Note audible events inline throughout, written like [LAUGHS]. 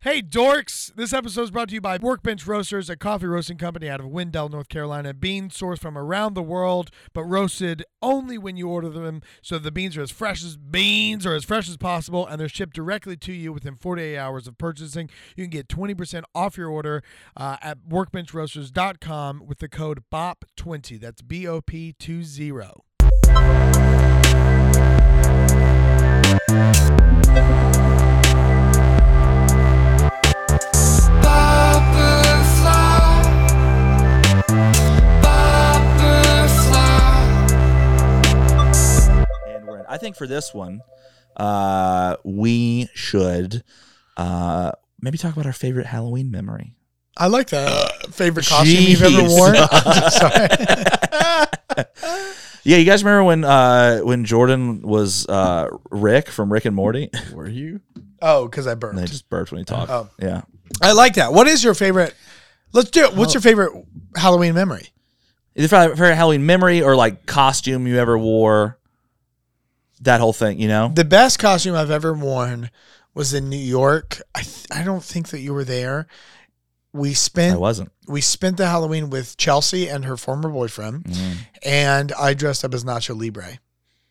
Hey, dorks! This episode is brought to you by Workbench Roasters, a coffee roasting company out of Wendell, North Carolina. Beans sourced from around the world, but roasted only when you order them. So the beans are as fresh as beans are as fresh as possible, and they're shipped directly to you within 48 hours of purchasing. You can get 20% off your order uh, at workbenchroasters.com with the code BOP20. That's B O P 20. And we're in. I think for this one, uh, we should uh, maybe talk about our favorite Halloween memory. I like that. Uh, Favorite costume you've ever Jeez. [LAUGHS] worn? Sorry. [LAUGHS] Yeah, you guys remember when uh, when Jordan was uh, Rick from Rick and Morty? Were you? Oh, because I and they burned. just burped when he talked. Oh. Yeah. I like that. What is your favorite? Let's do it. What's your favorite Halloween memory? Either fa- favorite Halloween memory or like costume you ever wore. That whole thing, you know? The best costume I've ever worn was in New York. I th- I don't think that you were there. We I spent wasn't. we spent the Halloween with Chelsea and her former boyfriend, Mm. and I dressed up as Nacho Libre.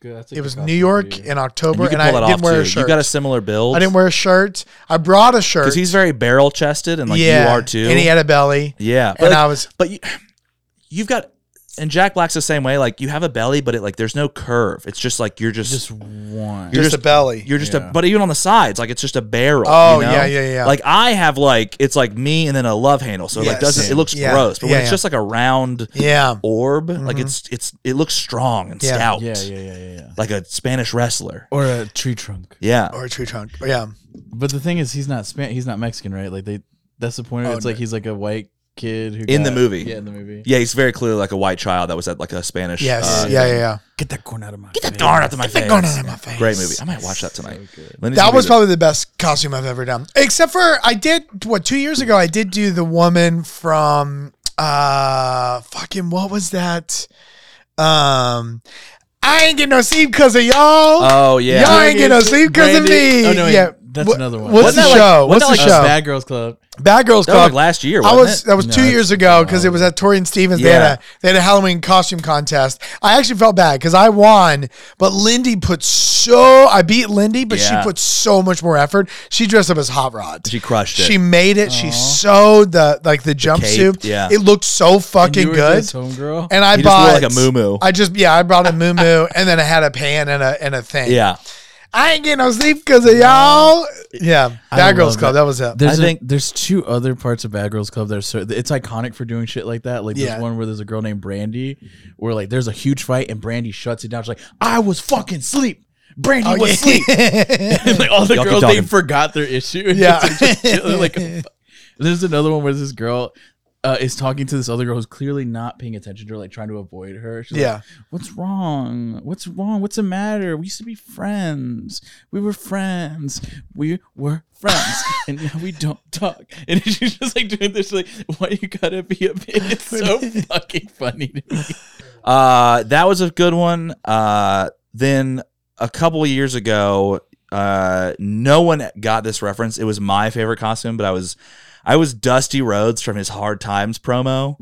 Good, that's It a good was costume New for York you. in October, you and, can I pull that didn't off wear too. a shirt. You've got a similar build. I didn't wear a shirt. I brought a shirt. because he's very barrel chested and like you are too. And he had a belly, yeah, and but I was but you, you've got and Jack Black's the same way. Like you have a belly, but it like there's no curve. It's just like you're just, just one. You're just, just- a belly. you're just Yeah. a but even on the sides, like it's just a barrel. Oh, you know? yeah, yeah, yeah. Like I have like it's like me and then a love handle, so it like Yes. doesn't it looks Yeah. gross, but Yeah, when it's yeah. just like a round Yeah, orb, like it's it's it looks strong and Yeah. stout, yeah, yeah, yeah, yeah, yeah. like a Spanish wrestler. Or a tree trunk. Yeah, or a tree trunk. Yeah, But the thing is, he's not Span- he's not Mexican, right? Like they, that's the point. Oh, it's no. like he's like a white kid who In the got- movie. Yeah, in the movie. yeah, he's very clearly like a white child that was at like a Spanish. yes, uh, yeah, yeah, yeah. Get that corn out of my. Get that darn out of my face. Going on in my face. Great movie. I might watch that tonight. Lindsay's That gonna was be the- probably the best costume I've ever done. Except for I did what two years ago I did do the woman from uh fucking what was that? Um I ain't getting no sleep because of y'all. Oh yeah. Y'all ain't getting no sleep because of Brandy- me. oh, no, wait, yeah. that's What- another one. What's Wasn't the that like- show? wasn't What's the that show? like Uh, Bad Girls Club. Bad Girls That was Club. like last year, I wasn't was it? that was No, two that's years been ago a because while. it was at Tori and Stevens. They Yeah. had a they had a Halloween costume contest. I actually felt bad because I won, but Lindy put so I beat Lindy, but Yeah. she put so much more effort. She dressed up as Hot Rod. She crushed it. She made it. She sewed the like the jumpsuit. yeah. it looked so fucking You were good. just Homegirl. And I You just wore, bought like, a moo-moo. I just yeah, I brought a moo moo, and then I had a pan and a and a thing. yeah. I ain't getting no sleep because of y'all. Yeah, I Bad Girls love Club. that. That was it. There's I a- think- there's two other parts of Bad Girls Club that are so it's iconic for doing shit like that. Like Yeah. there's one where there's a girl named Brandy, where like there's a huge fight and Brandy shuts it down. She's like, "I was fucking sleep. Brandy Oh, was yeah. [LAUGHS] sleep." [LAUGHS] And, like all the Y'all keep girls, they talking. forgot their issue. [LAUGHS] Yeah. It's just- they're like, [LAUGHS] there's another one where this girl. Uh, is talking to this other girl who's clearly not paying attention to her, like trying to avoid her. She's like, Yeah. What's wrong? What's wrong? What's the matter? We used to be friends. We were friends. We were [LAUGHS] friends. and now we don't talk. And [LAUGHS] she's just like doing this, like, why you gotta be a bitch? It's [LAUGHS] so fucking funny to me. Uh, that was a good one. Uh, then a couple of years ago, uh, no one got this reference. It was my favorite costume, but I was, I was Dusty Rhodes from his Hard Times promo,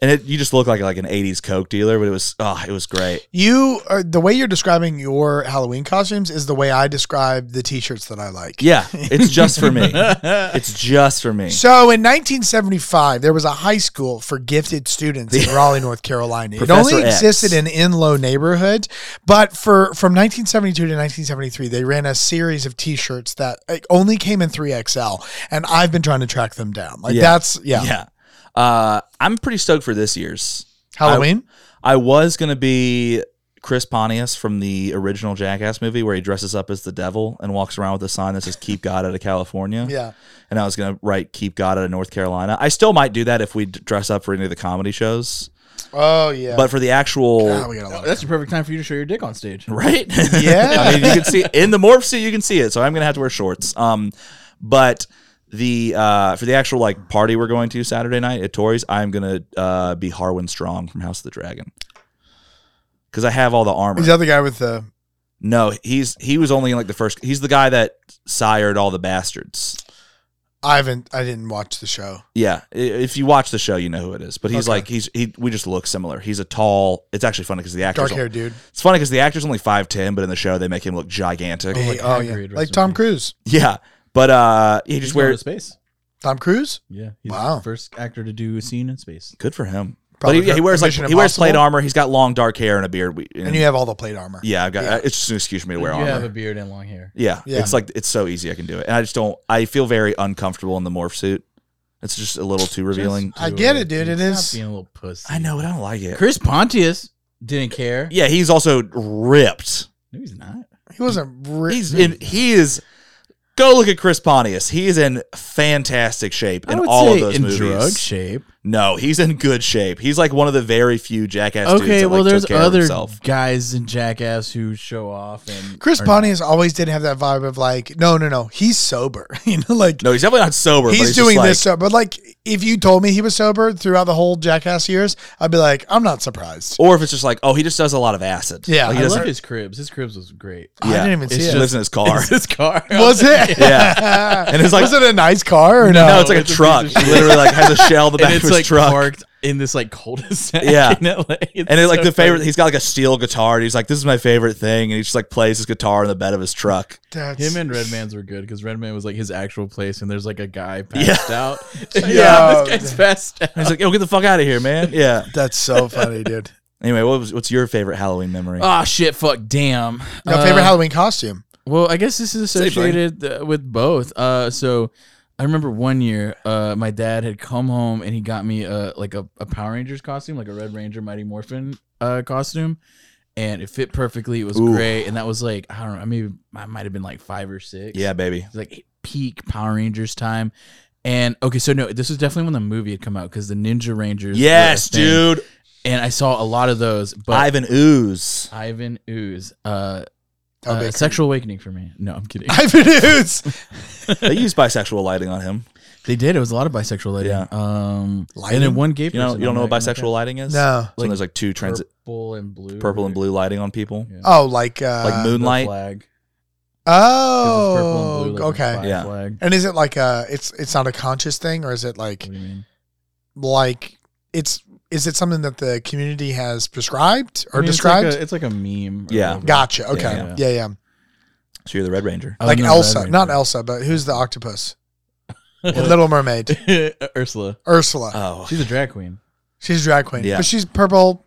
and it you just look like like an '80s coke dealer, but it was oh, it was great. You are the way you're describing your Halloween costumes is the way I describe the t-shirts that I like. Yeah, it's just [LAUGHS] for me. It's just for me. So in 1975, there was a high school for gifted students in Raleigh, North Carolina. It Professor only X. existed in in-low neighborhood, but for from 1972 to 1973, they ran a series of T-shirts that like, only came in 3XL, and I've been trying to track them down. Like Yeah. that's yeah, Yeah, uh, I'm pretty stoked for this year's. Halloween. I was gonna be Chris Pontius from the original Jackass movie, where he dresses up as the devil and walks around with a sign that says "Keep God out of California." yeah, and I was gonna write "Keep God out of North Carolina." I still might do that if we d- dress up for any of the comedy shows, oh yeah. but for the actual Ah, we got a lot. Of- [LAUGHS] That's the perfect time for you to show your dick on stage. right, [LAUGHS] Yeah. I mean, you can see in the morph suit, you can see it. So I'm gonna have to wear shorts. Um, but the uh for the actual like party we're going to Saturday night at Tori's, I'm gonna uh be Harwin Strong from House of the Dragon. Because I have all the armor. He's the other guy with the No, he's he was only in like the first. He's the guy that sired all the bastards. I haven't. I didn't watch the show. Yeah, i- if you watch the show, you know who it is. But he's Okay. like he's he. We just look similar. He's a tall. It's actually funny because the actor. Dark haired dude. It's funny because the actor's only five ten, but in the show they make him look gigantic. Hey, like oh yeah, Hagrid or like Tom something. Cruise. Yeah, but uh, he just He's going to wears space. Tom Cruise. Yeah. He's Wow. the first actor to do a scene in space. good for him. Probably but he, yeah, he for wears like Mission he wears plate Impossible. armor. He's got long dark hair and a beard. We- And you have all the plate armor. yeah, I've got. Yeah. It's just an excuse for me to You wear have armor. a beard and long hair. yeah, Yeah. it's like it's so easy. I can do it, and I just don't. I feel very uncomfortable in the morph suit. It's just a little too revealing. I get it, dude. It Stop is- being a little pussy. I know, but I don't like it. Chris Pontius didn't care. Yeah, he's also ripped. No, he's not. He wasn't. Re- He's in. He is. Go look at Chris Pontius. He is in fantastic shape in all of those in movies. drug shape. No, he's in good shape. He's like one of the very few jackass. dudes okay, that, well, like, took there's care of other himself. guys in Jackass who show off and Chris are Pontius always did have that vibe of like, no, no, no, he's sober. [LAUGHS] you know, like No, he's definitely not sober. but he's, he's just doing like- this stuff. But like, if you told me he was sober throughout the whole Jackass years, I'd be like, I'm not surprised. or if it's just like, oh, he just does a lot of acid. Yeah, like, I he I doesn't. love his cribs. His cribs was great. [LAUGHS] I yeah, didn't even see he it. lives in his car. It's his car. Was it? [LAUGHS] Yeah. And [LAUGHS] it's like- was it a nice car or no? [LAUGHS] no, it's like a oh, it's a truck. piece He of shit. literally like has a shell in the back [LAUGHS] and of it's his like truck. parked in this like cul-de-sac. Yeah. in LA. It's And it, like so the favorite, funny. he's got like a steel guitar, and he's like, "This is my favorite thing," and he just like plays his guitar in the bed of his truck. That's- Him and Redman's were good because Redman was like his actual place, and there's like a guy passed out. yeah, Yeah. this guy's passed out. And he's like, "Yo, get the fuck out of here, man!" [LAUGHS] Yeah. That's so funny, dude. Anyway, what was, what's your favorite Halloween memory? Oh shit! Fuck! Damn. No favorite Uh, Halloween costume. Well, I guess this is Say, buddy. associated uh, with both. Uh, so I remember one year, uh, my dad had come home and he got me uh like a, a Power Rangers costume, like a Red Ranger Mighty Morphin uh costume, and it fit perfectly. It was Ooh. great, and that was like I don't know, maybe I might have been like five or six. yeah, baby. It's like peak Power Rangers time. And okay, so no, this was definitely when the movie had come out because the Ninja Rangers. were a Yes, thing. dude. And I saw a lot of those, but Ivan Ooze. Ivan Ooze, uh, Oh, uh, big- sexual awakening for me. No, [LAUGHS] I'm [LAUGHS] kidding. Ivan Ooze. they used bisexual lighting on [LAUGHS] him. They did. It was a lot of bisexual lighting. Yeah. Um, and Lighting? then one gay You know, person, you don't I'm know what like, okay. bisexual lighting is. No. So there's like two transit purple and blue. purple and blue lighting on people. Yeah. Oh, like uh, Like The moon- Moonlight. flag. 'Cause it's purple Oh, and blue, like the okay. flag Yeah. Flag. And is it like uh it's it's not a conscious thing or is it like What do you mean? like it's is it something that the community has prescribed or I mean, it's like described? a- It's like a, meme. or Yeah. whatever. gotcha. Okay. Yeah, Yeah. yeah. So you're the Red Ranger. Oh, Like no, Red Elsa, Ranger. not Elsa, but who's the [LAUGHS] octopus? In Little Mermaid, [LAUGHS] Ursula. Ursula. Oh, She's a drag queen. she's a drag queen, Yeah. but she's purple,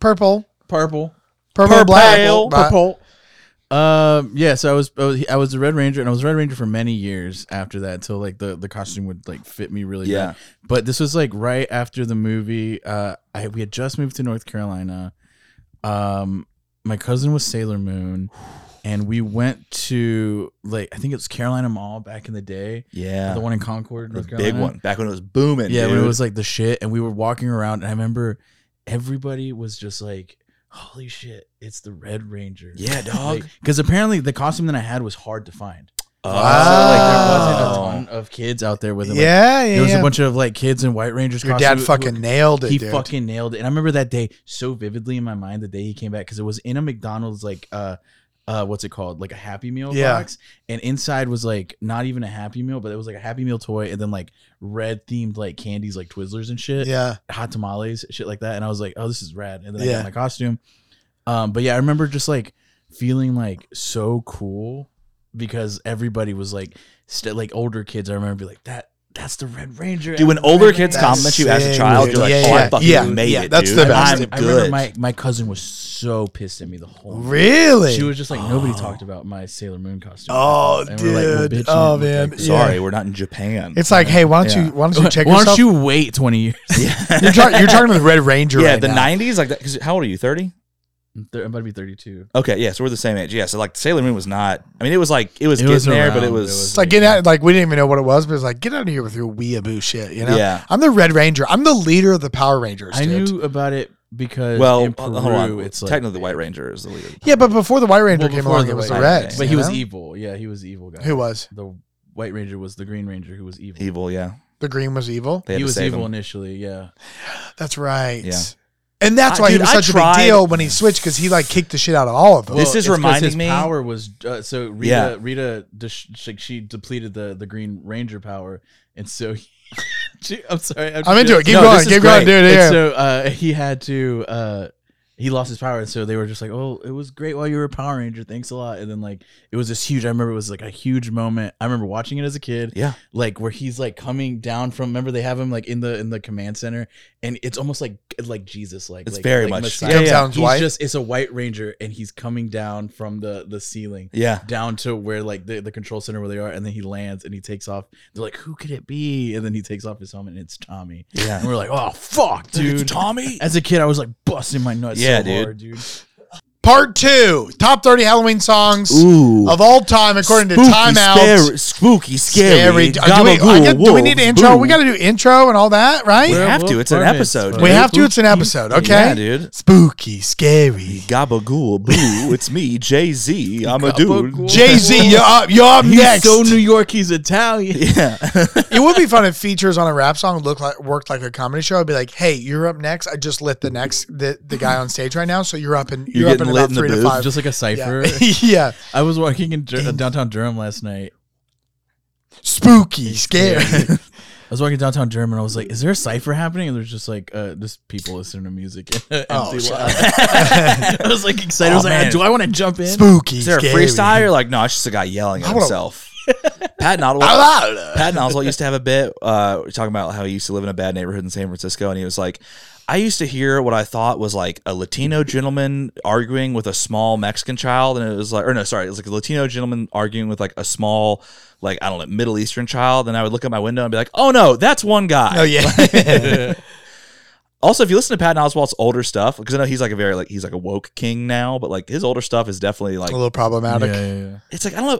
purple, Purple. purple, Purple. black, Purple. black. Purple. Um. Yeah. So I was, I was I was a Red Ranger, and I was a Red Ranger for many years after that. Till like the the costume would like fit me really. Yeah. Good. But this was like right after the movie. Uh, I we had just moved to North Carolina. Um, my cousin was Sailor Moon, and we went to like I think it was Carolina Mall back in the day, yeah. the one in Concord, The North big Carolina. one. Back when it [LAUGHS] was booming. Yeah, when dude. it was like the shit, and we were walking around, and I remember everybody was just like, "Holy shit, it's the Red Ranger!" [LAUGHS] Yeah, dog. Because apparently the costume that I had was hard to find. Oh. So like there wasn't a ton of kids out there with it. Like, Yeah, yeah. there was yeah. a bunch of like kids in White Rangers. Your costumes. dad fucking nailed it, He dude. fucking nailed it. And I remember that day so vividly in my mind. The day he came back because it was in a McDonald's like uh. Uh, what's it called? Like a Happy Meal Yeah. box, and inside was like not even a Happy Meal, but it was like a Happy Meal toy, and then like red themed like candies, like Twizzlers and shit yeah, hot tamales, shit like that. And I was like, oh, this is rad. And then I Yeah. got my costume. Um, but yeah, I remember just like feeling like so cool because everybody was like, st- like older kids. I remember be like that. That's the Red Ranger. Dude, when I'm the Red older kids Ranger." That's compliment you as a sick, child, dude. you're like, Yeah, "Oh, yeah, I fucking yeah. made Yeah, it, that's dude. the I best. I'm remember, I remember good." my my cousin was so pissed at me the whole. night. really. She was just like nobody Oh. talked about my Sailor Moon costume. oh, And dude. we're like, well, bitch, you oh look like man. that. Yeah. Sorry, we're not in Japan. [LAUGHS] It's like, hey, why don't Yeah. you why don't you check [LAUGHS] Why yourself? don't you wait twenty years? [LAUGHS] You're, tar- you're talking about the Red Ranger. yeah, right the now. '90s, like that. Because how old are you? Thirty? I'm thir- I'm about to be thirty-two. Okay, yeah, so we're the same age. Yeah, so like Sailor Moon was not. I mean, it was like it was It getting was there, but around, it it was. It's was- like get out, like we didn't even know what it was, but it's like get out of here with your weeaboo shit. You know, Yeah. I'm the Red Ranger. I'm the leader of the Power Rangers. I dude. knew about it because well, uh, in Peru, hold on. it's like Technically, the White Ranger is the leader. Yeah, but before the White Ranger Well, came before along, the it was the White Red. Ranger. But he you was know? evil. Yeah, he was the evil guy. Who was The White Ranger was the Green Ranger who was evil. Evil, yeah. the Green was evil. They had he to was save evil him. initially, yeah. That's right. Yeah. And that's I- why he dude, was I such a tried- big deal when he switched because he like kicked the shit out of all of them. This is it's 'cause reminding his me- Power was uh, so Rita. Yeah. Rita, dis- she, she depleted the the Green Ranger power, and so he, [LAUGHS] she, I'm sorry. I'm into it. Keep No, going. this is Keep going, great. dude. And Yeah. so uh, he had to. Uh, he lost his power, and so they were just like, "Oh, it was great while you were a Power Ranger. Thanks a lot." And then like it was this huge. I remember it was like a huge moment. I remember watching it as a kid. Yeah. like where he's like coming down from. Remember they have him like in the in the command center, and it's almost like like Jesus. Like It's like- very like much Messiah. so. Comes Yeah, down He's white. just it's a white ranger and he's coming down from the the ceiling Yeah. down to where like the, the control center where they are and then he lands and he takes off they're like who could it be and then he takes off his helmet and it's tommy [LAUGHS] and Yeah. we're like oh fuck dude It's Tommy. as a kid i was like busting my nuts Yeah, so dude. hard, dude Part two, top thirty Halloween songs Ooh. of all time according to Time Out. Scary, spooky, Scary. scary. Do, we, I get- do we need an intro? We got to do intro and all that, right? We We're- have to. It's an Werewolf episode. Permits, we dude. have to. It's an episode. Okay. Yeah, dude. Spooky, scary. Gabagool, boo! It's me, Jay Z. I'm a dude. Gabagool. Jay Z, you're up. You're up he's next. so new york he's italian [LAUGHS] Yeah, [LAUGHS] it would be fun if features on a rap song looked like worked like a comedy show. I'd be like, "Hey, you're up next. I just lit the next the, the guy on stage right now, so you're up in you're, You're up in getting about lit in the three to booth, five. [LAUGHS] just like a cipher yeah. [LAUGHS] yeah, i was walking in Dur- downtown durham last night spooky, scary. [LAUGHS] I was walking downtown Durham and I was like, "Is there a cipher happening?" And there's just like, uh, just people listening to music. [LAUGHS] In an Oh, empty shut lot. I was like excited. I was Oh, like, man. "Do I want to jump [LAUGHS] in?" spooky, is there a scary. freestyle? You're like, no, it's just a guy yelling at I wanna- himself. [LAUGHS] Pat Blah, Oswalt. blah, [LAUGHS] blah. Pat Oswalt used to have a bit uh, talking about how he used to live in a bad neighborhood in San Francisco, and he was like, I used to hear what I thought was like a Latino gentleman arguing with a small Mexican child, and it was like, or no, sorry, it was like a Latino gentleman arguing with like a small, like I don't know, Middle Eastern child, and I would look at my window and be like, oh no, that's one guy. Oh yeah, [LAUGHS] Also, if you listen to Patton Oswalt's older stuff, because I know he's like a very like he's like a woke king now, but like his older stuff is definitely like a little Yeah, problematic. yeah, yeah. it's like I don't know,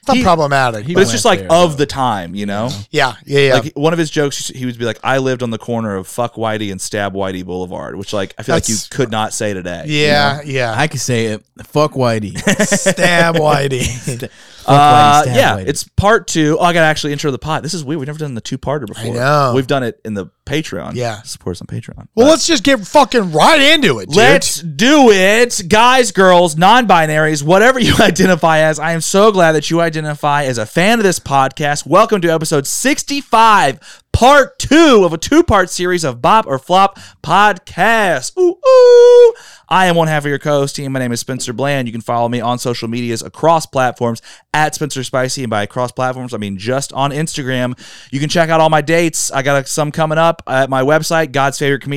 It's not He- problematic, he but but it's went just like there, of though. the time, you know. yeah, yeah, yeah. Like one of his jokes, he would be like, "I lived on the corner of Fuck Whitey and Stab Whitey Boulevard," which like I feel like you That's- could not say today. yeah, yeah. I could say it. Fuck Whitey. [LAUGHS] Stab Whitey. Uh, Fuck Whitey, stab yeah, Whitey. it's part two. Oh, I got to actually intro the pod. This is weird. We've never done the two parter before. know. We've done it in the Patreon. Yeah. support us on Patreon. well, let's just get fucking right into it. dude. Let's do it. Guys, girls, non binaries, whatever [LAUGHS] you identify as, I am so glad that you identify as a fan of this podcast. Welcome to episode 65, part two of a two part series of Bop or Flop podcast. Ooh, ooh. I am one half of your co host team. My name is Spencer Bland. You can follow me on social medias across platforms at Spencer Spicy. And by across platforms, I mean just on Instagram. You can check out all my dates. I got uh, some coming up at my website,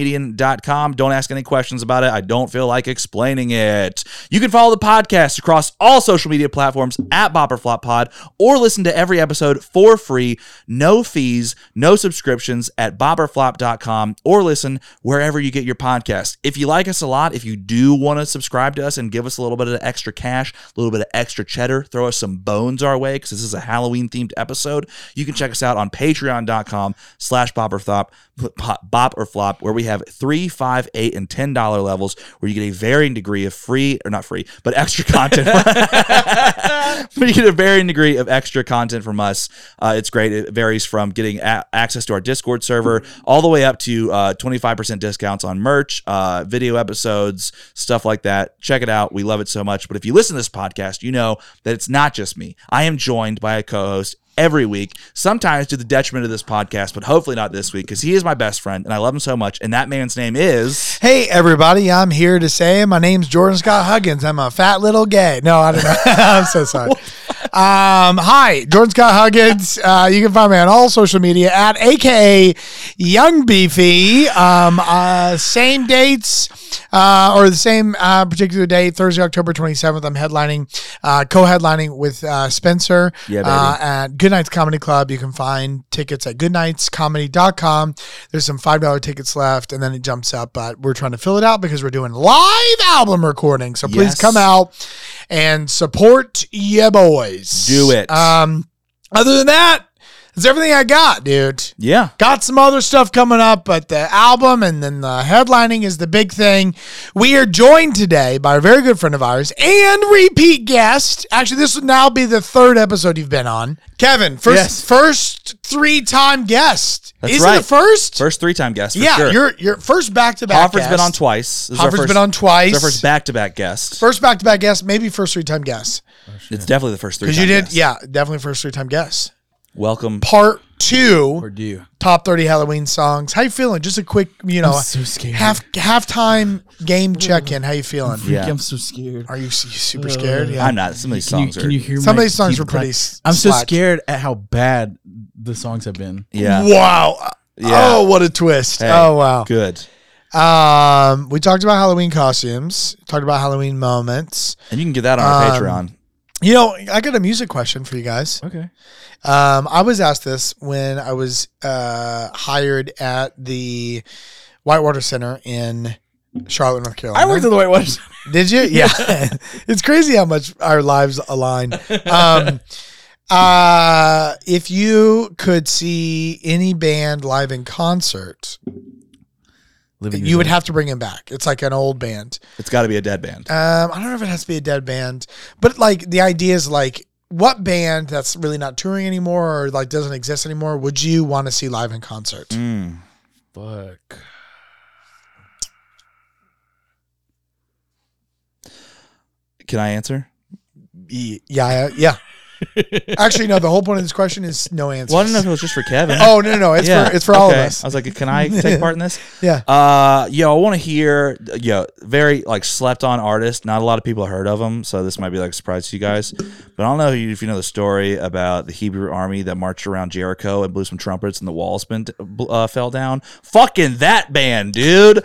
godsfavoritecomedian.com. Don't ask any questions about it. I don't feel like explaining it. You can follow the podcast across all social media platforms at Bopperflop Pod or listen to every episode for free, no fees, no subscriptions at bopperflop.com or listen wherever you get your podcast. If you like us a lot, if you do want to subscribe to us and give us a little bit of extra cash, a little bit of extra cheddar, throw us some bones our way because this is a Halloween themed episode, you can check us out on patreon.com slash bop or flop, pop- bop or flop, where we have three, five, eight, and ten dollar levels where you get a varying degree of free or not free, but extra content. [LAUGHS] but you get a varying degree of extra content from us. Uh, it's great. It varies from getting a- access to our Discord server all the way up to uh, 25% discounts on merch, uh, video episodes, stuff like that. Check it out. We love it so much. But if you listen to this podcast, you know that it's not just me. I am joined by a co host every week, sometimes to the detriment of this podcast, but hopefully not this week because he is my best friend and I love him so much. And that man's name is. Hey everybody, I'm here to say my name's Jordan Scott Huggins. I'm a fat little gay. No, I don't know. [LAUGHS] I'm so sorry. Um, hi, Jordan Scott Huggins. Uh, you can find me on all social media at AKA Young Beefy. Um, uh, same dates uh, or the same uh, particular day, Thursday, October 27th. I'm headlining, uh, co-headlining with uh, Spencer Yeah, baby. uh, at Goodnights Comedy Club. You can find tickets at goodnightscomedy.com. There's some $5 tickets left, and then it jumps up, but we're trying to fill it out because we're doing live album recording. So please Yes. come out and support ya boys. Do it. Um, other than that, that's everything I got, dude. Yeah. Got some other stuff coming up, but the album and then the headlining is the big thing. We are joined today by a very good friend of ours and repeat guest. Actually, this will now be the third episode you've been on. Kevin, first Yes. first three time guest. That's Isn't right. the first? First three time guest. For yeah, sure. your your first back to back. Hoffer's been on twice. This is our Hoffer's first- been on twice. It's our first back to back guest. First back to back guest, maybe first three time guest. it's definitely the first three. Because you did, yeah, definitely first three time guest. Welcome. Part two, [LAUGHS] Or do you? top thirty Halloween songs. How you feeling? Just a quick, you know, I'm so scared. half halftime game check in. How you feeling? Yeah. I'm so scared. Are you, s- you super scared? Yeah. I'm not. Some of these Can you, songs can are. you hear Some of my these songs teeth were pretty clack? s- I'm so slack. scared at how bad the songs have been. yeah. Wow. Yeah. Oh, what a twist. Hey. Oh, wow. Good. Um, we talked about Halloween costumes, talked about Halloween moments. And you can get that on our Um, Patreon. You know, I got a music question for you guys. Okay. Um, I was asked this when I was uh, hired at the Whitewater Center in Charlotte, North Carolina. I worked at the White Waters. Did you? Yeah. [LAUGHS] it's crazy how much our lives align. Um, [LAUGHS] uh, if you could see any band live in concert, Living you would have to bring him back. It's like an old band. It's got to be a dead band. Um, I don't know if it has to be a dead band, but like the idea is like what band that's really not touring anymore or like doesn't exist anymore would you want to see live in concert? Mm. Fuck. Can I answer? Y- Yeah, yeah. Actually, no. The whole point of this question is no answers. Well, I don't know if it was just for Kevin. Oh no, no, no. It's for it's for all of okay. us. I was like, can I take part [LAUGHS] in this? Yeah. Uh, yo, I want to hear, yo, very like slept on artist. Not a lot of people heard of him, so this might be like a surprise to you guys. But I don't know if you know the story about the Hebrew army that marched around Jericho and blew some trumpets and the walls been, uh, fell down. Fucking that band, dude.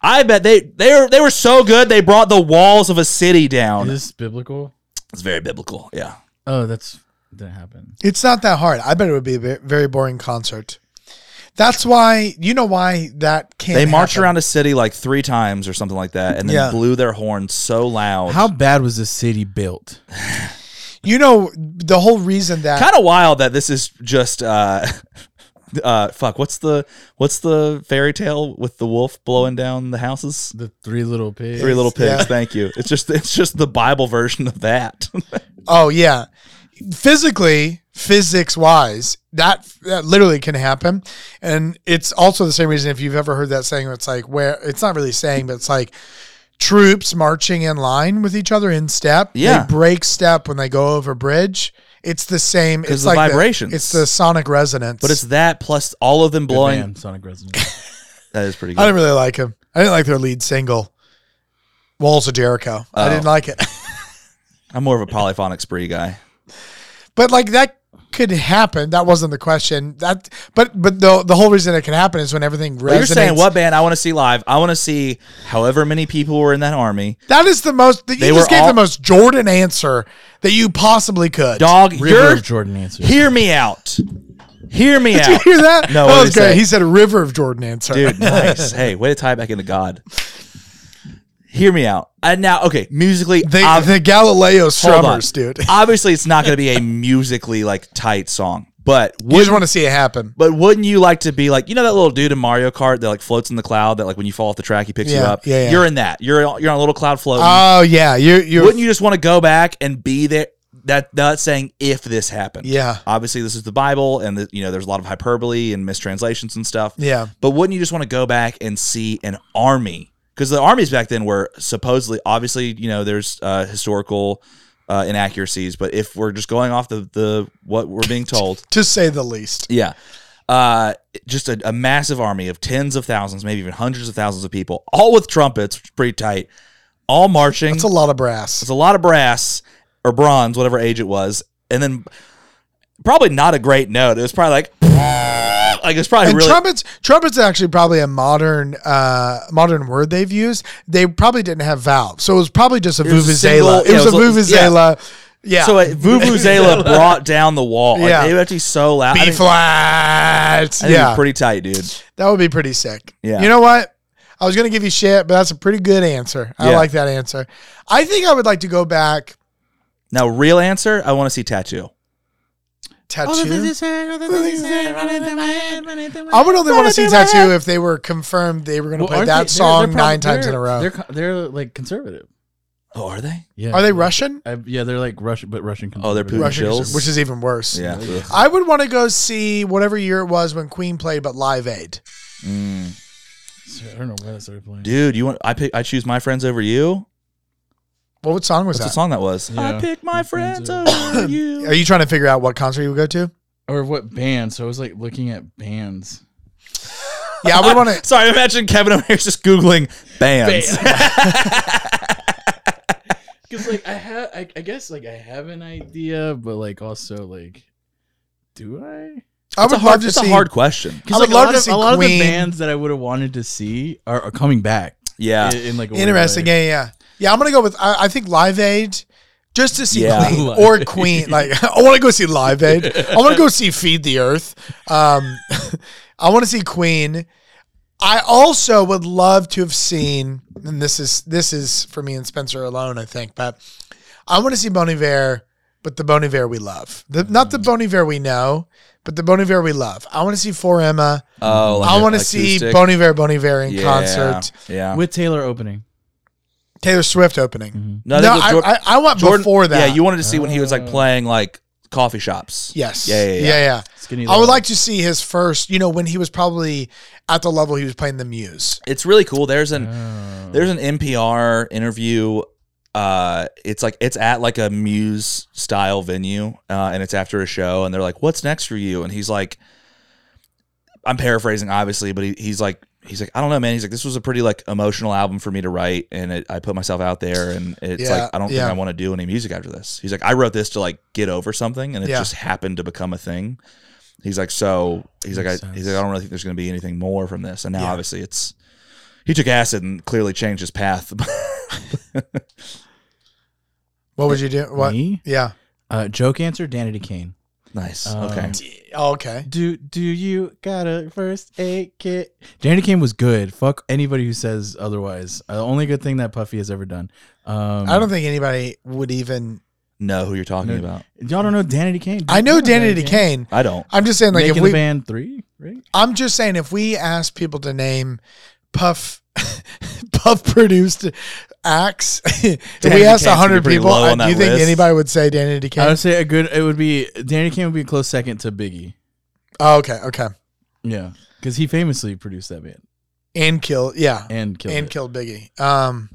I bet they they were, they were so good they brought the walls of a city Is down. this biblical? It's very biblical, yeah. Oh, that's didn't happen. It's not that hard. I bet it would be a ve- very boring concert. That's why you know why that can't. They marched happen. around a city like three times or something like that, and then Yeah. blew their horn so loud. How bad was this city built? You know the whole reason that kind of wild that this is just uh [LAUGHS] uh fuck what's the what's the fairy tale with the wolf blowing down the houses The three little pigs. three little pigs yeah. thank you it's just [LAUGHS] it's just the bible version of that [LAUGHS] Oh yeah, physically, physics wise, that that literally can happen, and it's also the same reason if you've ever heard that saying, where it's like where it's not really saying, but it's like troops marching in line with each other in step. Yeah. they break step when they go over a bridge. It's the same. It's of like the- vibrations. it's the sonic resonance. but it's that plus all of them Good blowing man, Sonic Resident. [LAUGHS] that is pretty I good didn't really like him. I didn't like their lead single, Walls of Jericho. I Oh. didn't like it. [LAUGHS] i'm more of a polyphonic spree guy But like that could happen. That wasn't the question. That but but the the whole reason it can happen is when everything resonates. but you're saying what band i want to see live i want to see however many people were in that army That is the most that you They just were gave the all- most Jordan answer that you possibly could. dog River you're of Jordan answer. hear me out hear [LAUGHS] [LAUGHS] me Did you out hear that? No, that what'd was he great. say? He said a river of Jordan answer. [LAUGHS] dude. Nice. hey, way to tie it back into God. Hear me out. And now, okay, musically, the, ob- the Galileo Uh, hold on. strummers, dude. Obviously, it's not going to be a musically like tight song, but You just would, want to see it happen. but wouldn't you like to be like you know that little dude in Mario Kart that like floats in the cloud that like when you fall off the track he picks you Yeah, up. yeah, yeah. You're in that. You're you're on a little cloud floating. Oh yeah, you you wouldn't you just want to go back and be there? That that's saying if this happened. Yeah. Obviously, this is the Bible, and the, you know there's a lot of hyperbole and mistranslations and stuff. Yeah. But wouldn't you just want to go back and see an army? Because the armies back then were supposedly, obviously, you know, there's uh, historical uh, inaccuracies. But if we're just going off the the what we're being told, to say the least. yeah, uh, just a, a massive army of tens of thousands, maybe even hundreds of thousands of people, all with trumpets, which is pretty tight, all marching. It's a lot of brass. It's a lot of brass or bronze, whatever age it was, and then probably not a great note. It was probably like, [LAUGHS] like it's probably and really trumpets trumpets are actually probably a modern uh modern word they've used they probably didn't have valves so it was probably just a was a vuvuzela single- it yeah, was a it was a- yeah. vuvuzela yeah, So a [LAUGHS] Vuvuzela brought down the wall. Like, Yeah. It would have to be so loud. I b think- flat I think yeah it's pretty tight, dude. that would be pretty sick Yeah. you know what i was gonna give you shit but that's a pretty good answer i Yeah. like that answer i think i would like to go back Now, real answer, I want to see tattoo. Oh, tattoo i would only want to see tattoo if they were confirmed they were gonna play that song 9 times in a row They're, co- they're like conservative. Oh, are they? Yeah. Are they Russian? I, yeah, they're like Russian, but Russian. Oh, they're conservative. Putin. Russian, Chills? which is even worse. Yeah. Ugh. I would want to go see whatever year it was when Queen played, but Live Aid. Mm. I don't know where that started playing. Dude, you want I pick I choose my friends over you? Well, what song was What's the that? song that was? Yeah. I pick my My friends friends over [LAUGHS] you. Are you trying to figure out what concert you would go to? Or what band? So I was like looking at bands. Yeah, I would [LAUGHS] want to. Sorry, imagine Kevin over here's just googling bands. [LAUGHS] Because like I have, I, I guess like I have an idea, but like also like, do I? I would It's a hard, love to it's a see. hard question. I Because would like, a love lot to of, see a lot Queen. of the bands that I would have wanted to see are, are coming back. Yeah. in, in, like a weird Interesting. way. Yeah, yeah. Yeah, I'm gonna go with. I, I think Live Aid, just to see Yeah. [LAUGHS] Queen Live or Aid. Queen. Like, [LAUGHS] I want to go see Live Aid. I want to go see Feed the Earth. Um, [LAUGHS] I want to see Queen. I also would love to have seen, and this is this is for me and Spencer alone, I think, but I want to see Bon Iver, but the Bon Iver we love, the, not Mm. the Bon Iver we know, but the Bon Iver we love. I want to see For Emma. Oh, like I a- want to see acoustic. Bon Iver, Bon Iver in concert. Yeah. with Taylor opening. Mm-hmm. Taylor Swift opening. No, No, that was I, Jor- I, I want Jordan- before that. Yeah, you wanted to see when he was like playing like coffee shops. Yes. Yeah, yeah, yeah. Skinny. I would Love. like to see his first. You know, when he was probably at the level he was playing the Muse. It's really cool. There's an Hmm. Oh. there's an NPR interview. Uh, it's like it's at like a Muse style venue, uh, and it's after a show, and they're like, "What's next for you?" And he's like, "I'm paraphrasing, obviously, but he, he's like." He's like, I don't know, man. He's like, this was a pretty like emotional album for me to write, and it, I put myself out there, and it's Yeah, like, I don't yeah. think I want to do any music after this. He's like, I wrote this to like get over something, and it Yeah. just happened to become a thing. He's like, so he's like, I, Makes he's sense. like, I don't really think there's going to be anything more from this. And now, Yeah. obviously, it's he took acid and clearly changed his path. [LAUGHS] What would you do? What? Me? Yeah. Uh, joke answer: Danity Kane. nice. Um, okay. Oh, okay. Do do you got a first aid kit? Danny Kane was good. Fuck anybody who says otherwise. Uh, The only good thing that Puffy has ever done. Um, I don't think anybody would even. Know who you're talking No. about? y'all don't know Danny Kane. I know Danny DeCane. I don't. I'm just saying, like, Making if the we, band three, right? I'm just saying, if we ask people to name Puff, [LAUGHS] Puff produced acts, [LAUGHS] if Danny we asked DeCane's gonna be hundred pretty people, low uh, on do you that think list. anybody would say Danny I DeCane? would say a good. It would be Danny Kane would be a close second to Biggie. Oh, okay, okay. Yeah, because he famously produced that band And kill, yeah, and killed and it. killed Biggie. Um,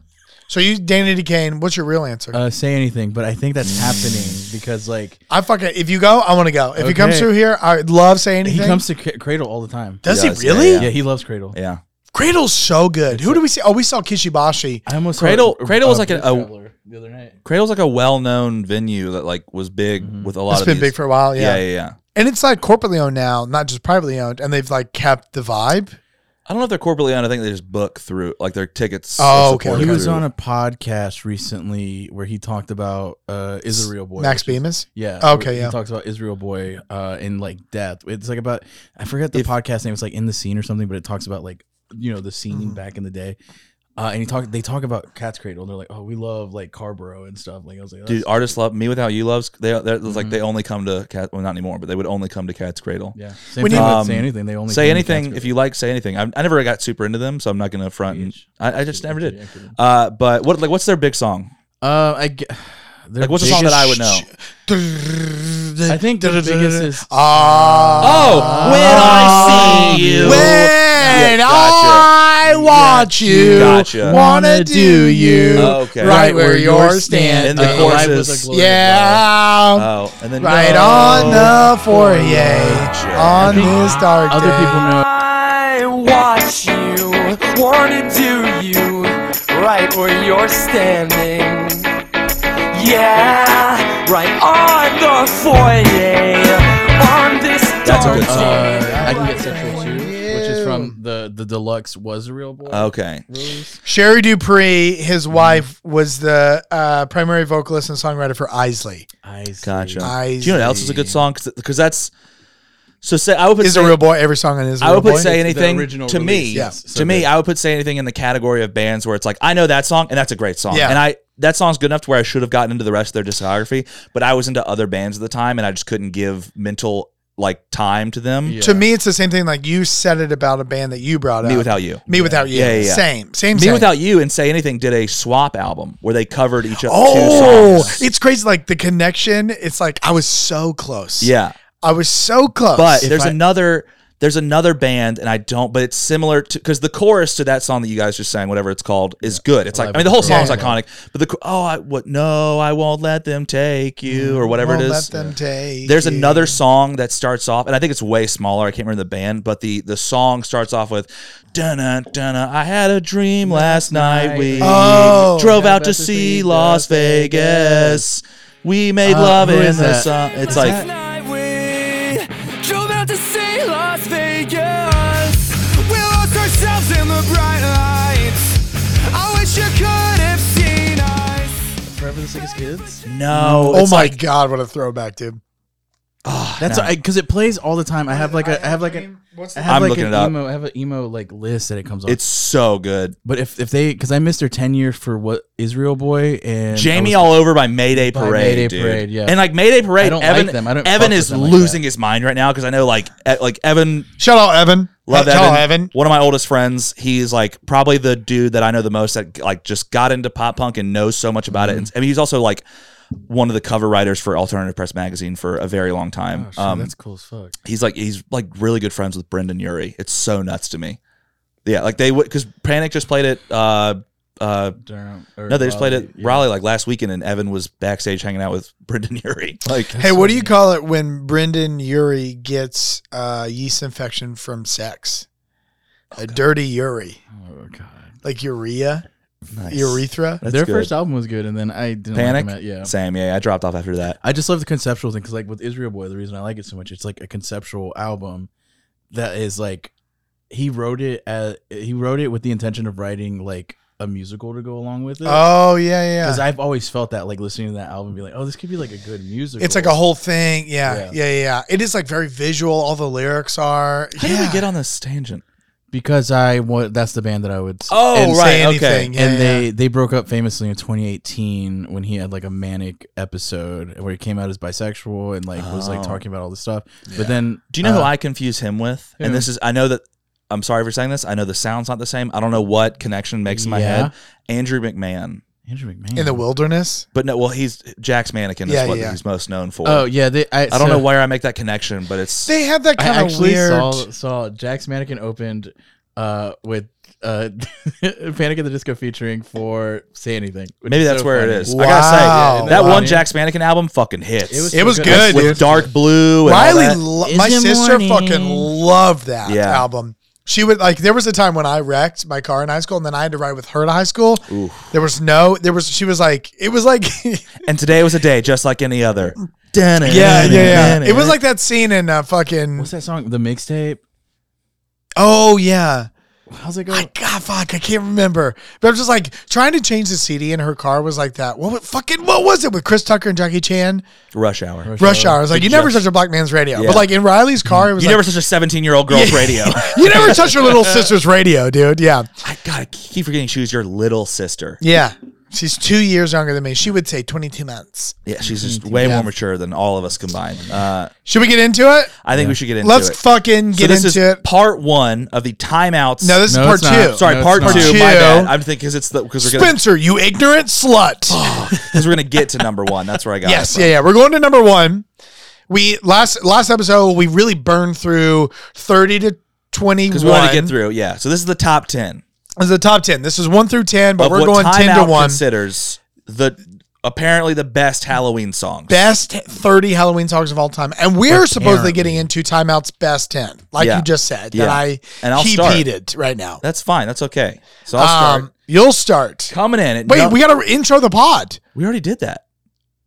so you, Danny DeCane. What's your real answer? Uh, say anything, but I think that's happening because like I fucking. If you go, I want to go. If he comes Okay. through here, I would love saying anything. he comes to C- Cradle all the time. Does He he, does, yeah, really? yeah. Yeah, he loves Cradle. Yeah. Cradle's so good. Who do we see? Oh, we saw Kishibashi. I almost Cradle- saw, Cradle was like an- Blues a- Traveler the other night. Cradle's like a well-known venue that like was big Mhm. with a lot It's of. been these- big for a while, yeah. yeah, yeah, yeah. And it's like corporately owned now, not just privately owned, and they've like kept the vibe. I don't know if they're corporately owned. I think they just book through like their tickets. Oh, are okay, supported He was through- on a podcast recently where he talked about uh, Israel Boy. Max which is- Bemis. Yeah. Okay, where yeah. He talks about Israel Boy uh, in like death. It's like about I forget the If- podcast name. It's like in the scene or something, but it talks about like you know the scene Mhm. back in the day. Uh, and he talk they talk about Cat's Cradle. And they're like, oh, we love like Carborough and stuff. Like I was like, Dude, that's- artists love me without you. Loves they. That was like Mhm. they only come to cat. Well, not anymore, but they would only come to Cat's Cradle. yeah. uh, Same When thing you- with Um, say anything. They only say came to Cat's anything if Cradle. you like. Say anything. I, I never got super into them, so I'm not gonna front. And, Huge. I, I just never did. Yeah, could- Uh, but what like what's their big song? Uh, I g- [SIGHS] their Like what's a song that I biggest- would know? I [LAUGHS] think the biggest is Ah. Oh, when I see you. When Yeah, gotcha. I watch you, Gotcha. wanna do you Okay. right where you're In standing. the Uh, chorus Alive is- was a glorious yeah. Um, Oh, and then Right No. on the foyer Gotcha. on I think this dark Other day. people know. I watch you, wanna do you, right where you're standing. Yeah, right on the foyer, on this That's a dark good song. Uh, day. I can get sexual too, which is from the the deluxe was a real boy. Okay. release. Sherry Dupree, his wife, was the uh, primary vocalist and songwriter for Isley. I see. Gotcha. I Do you know what else is a good song? Because that's so. Say I would put Is say, a real boy. Every song on is a I real would boy. put say It's the anything original to me. release, yes. To So me, good. I would put say anything in the category of bands where it's like I know that song and that's a great song, Yeah. and I that song's good enough to where I should have gotten into the rest of their discography, but I was into other bands at the time and I just couldn't give mental like time to them. Yeah. To me, it's the same thing. Like you said it about a band that you brought Me up. without you. Me without you. Yeah, yeah, yeah. Same. Same. Me same. without you and say anything did a swap album where they covered each other. Oh, songs. it's crazy. Like the connection. It's like I was so close. yeah. I was so close. But If there's I- another there's another band and I don't but it's similar to because the chorus to that song that you guys just sang whatever it's called is good. It's like I mean the whole song's Yeah. iconic, but the cho- oh I what no I won't let them take you or whatever Mm, Won't it Let is. them take. There's you. another song that starts off, and I think it's way smaller. I can't remember the band, but the the song starts off with "Dunna dunna." I had a dream last night. We Oh. drove out to see Las Vegas. We made Uh, love who in is the that? sun. Last It's like night we drove out to see Las Vegas. We lost ourselves in the bright lights. I wish you could have seen us. Forever the Sickest Kids. no. Oh it's my like- god! What a throwback, dude. Ah, That's no. because it plays all the time. I have like a I have like a What's I that? have I'm like looking an it up. emo. I have an emo like list that it comes on. it's so good. but if if they because I missed their ten year for what Israel Boy and I Jamie was- all over by Mayday By Parade, Mayday dude. Parade, yeah. And like Mayday Parade, I don't Evan, like them. I don't fuck Evan with is them like that. losing his mind right now because I know like e- like Evan Shout out Evan. Love Shout Evan. out Evan. One of my oldest friends. He's like probably the dude that I know the most that like just got into pop punk and knows so much Mm-hmm. about it. And I mean, he's also like one of the cover writers for Alternative Press magazine for a very long time. Oh, shit, um, that's cool as fuck. he's like he's like really good friends with Brendan Urie. It's so nuts to me. Yeah, like they would because Panic just played it. Uh, uh, Durham, or no, they just played Raleigh, it yeah. Raleigh like last weekend, and Evan was backstage hanging out with [LAUGHS] Brendan Urie. Like, Hey, what do you call it when Brendan Urie gets uh, yeast infection from sex? A dirty Urie, Oh god. like urea, nice. urethra. That's Their good. first album was good, and then I didn't Panic. Like them at, yeah. Same. Yeah, I dropped off after that. I just love the conceptual thing because, like, with Israel Boy, the reason I like it so much, it's like a conceptual album that is like he wrote it as he wrote it with the intention of writing like a musical to go along with it. Oh yeah, Because yeah. I've always felt that, like, listening to that album, be like, oh, this could be like a good musical. It's like a whole thing. Yeah, Yeah. yeah, yeah. yeah. It is like very visual. All the lyrics are. How yeah. did we get on this tangent? because I want that's the band that I would. Oh, and, Didn't right, say anything. okay. Yeah, and yeah. they they broke up famously in 2018 when he had like a manic episode where he came out as bisexual and like was like Oh. talking about all this stuff. But then, Do you know who uh, I confuse him with? And who? this is I know that I'm sorry for saying this. I know the sound's not the same. I don't know what connection makes in my Yeah. head. Andrew McMahon. Andrew McMahon in the wilderness. But no, well, he's Jack's mannequin is Yeah, what yeah. he's most known for. Oh yeah, they, I, I don't so- know where I make that connection, but it's They have that I kind of actually weird. saw saw Jack's Mannequin opened uh, with uh, [LAUGHS] Panic at the Disco featuring for Say Anything. which maybe is that's so where funny. it is. I gotta Wow. say that Wow. one Jack's mannequin album fucking hits. It was- it was With- good, with dude. dark blue. And all Riley, that. lo- Is my your sister morning. fucking loved that Yeah. album. She would like. There was a time when I wrecked my car in high school, and then I had to ride with her to high school. There was no. There was. She was like. It was like. [LAUGHS] yeah, and today was a day just like any other. yeah, yeah. It was like that scene in uh, fucking. What's that song? The mixtape. Oh yeah. How's it I going? God, fuck, I can't remember. But I'm just like trying to change the CD in her car was like that. What wa- fucking what was it with Chris Tucker and Jackie Chan? Rush hour. Rush Hour. I was like, you never Just- touch a black man's radio. Yeah. But like in Riley's car, it was You like, never such a 17 year old girl's [LAUGHS] radio. you never touch your little sister's radio, dude. Yeah. I gotta keep forgetting she was your little sister. Yeah. She's two years younger than me. She would say 22 months. Yeah, she's Mm-hmm. just way more mature than all of us combined. Uh, Should we get into it? I think we should get into Let's it. fucking so get this into is it. part one of the timeouts. No, this No, is part it's not. two. sorry, no, it's part not. two. Part two. My bad. I'm thinking because it's the because we're gonna Spencer, you ignorant Oh, slut. because we're gonna get to number one. That's where I [LAUGHS] got. Yes, it yeah, yeah. We're going to number one. We last last episode we really burned through thirty to twenty Because one. we want to get through. Yeah. So this is the top ten. This is the top ten. This is one through ten, but of we're what going ten to Timeout one. Considers the apparently the best Halloween songs. Best thirty Halloween songs of all time, and we're supposedly getting into timeout's best ten, like Yeah. you just said that Yeah. I And I'll keep start. heated right now. That's fine. That's okay. So I'll start Um, you'll start. coming in. At Wait, no- we got to intro the pod. we already did that.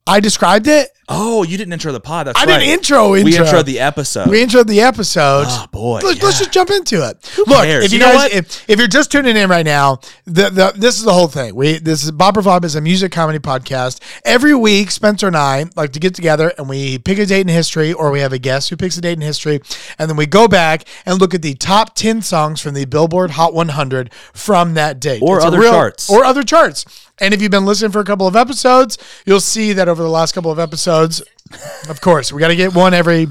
I described it. Oh, you didn't intro the pod. That's I right. didn't intro. Intro. We introed the episode. We introed the episode. oh boy. Let, yeah. us just jump into it. Look, cares? if you, You know guys, what? if, if you're just tuning in right now, the, the this is the whole thing. We this is Bob or Bob is a music comedy podcast. Every week, Spencer and I like to get together and we pick a date in history, or we have a guest who picks a date in history, and then we go back and look at the top ten songs from the Billboard Hot 100 from that date, Or a other charts. or other charts. And if you've been listening for a couple of episodes, you'll see that over the last couple of episodes, of course, we got to get one every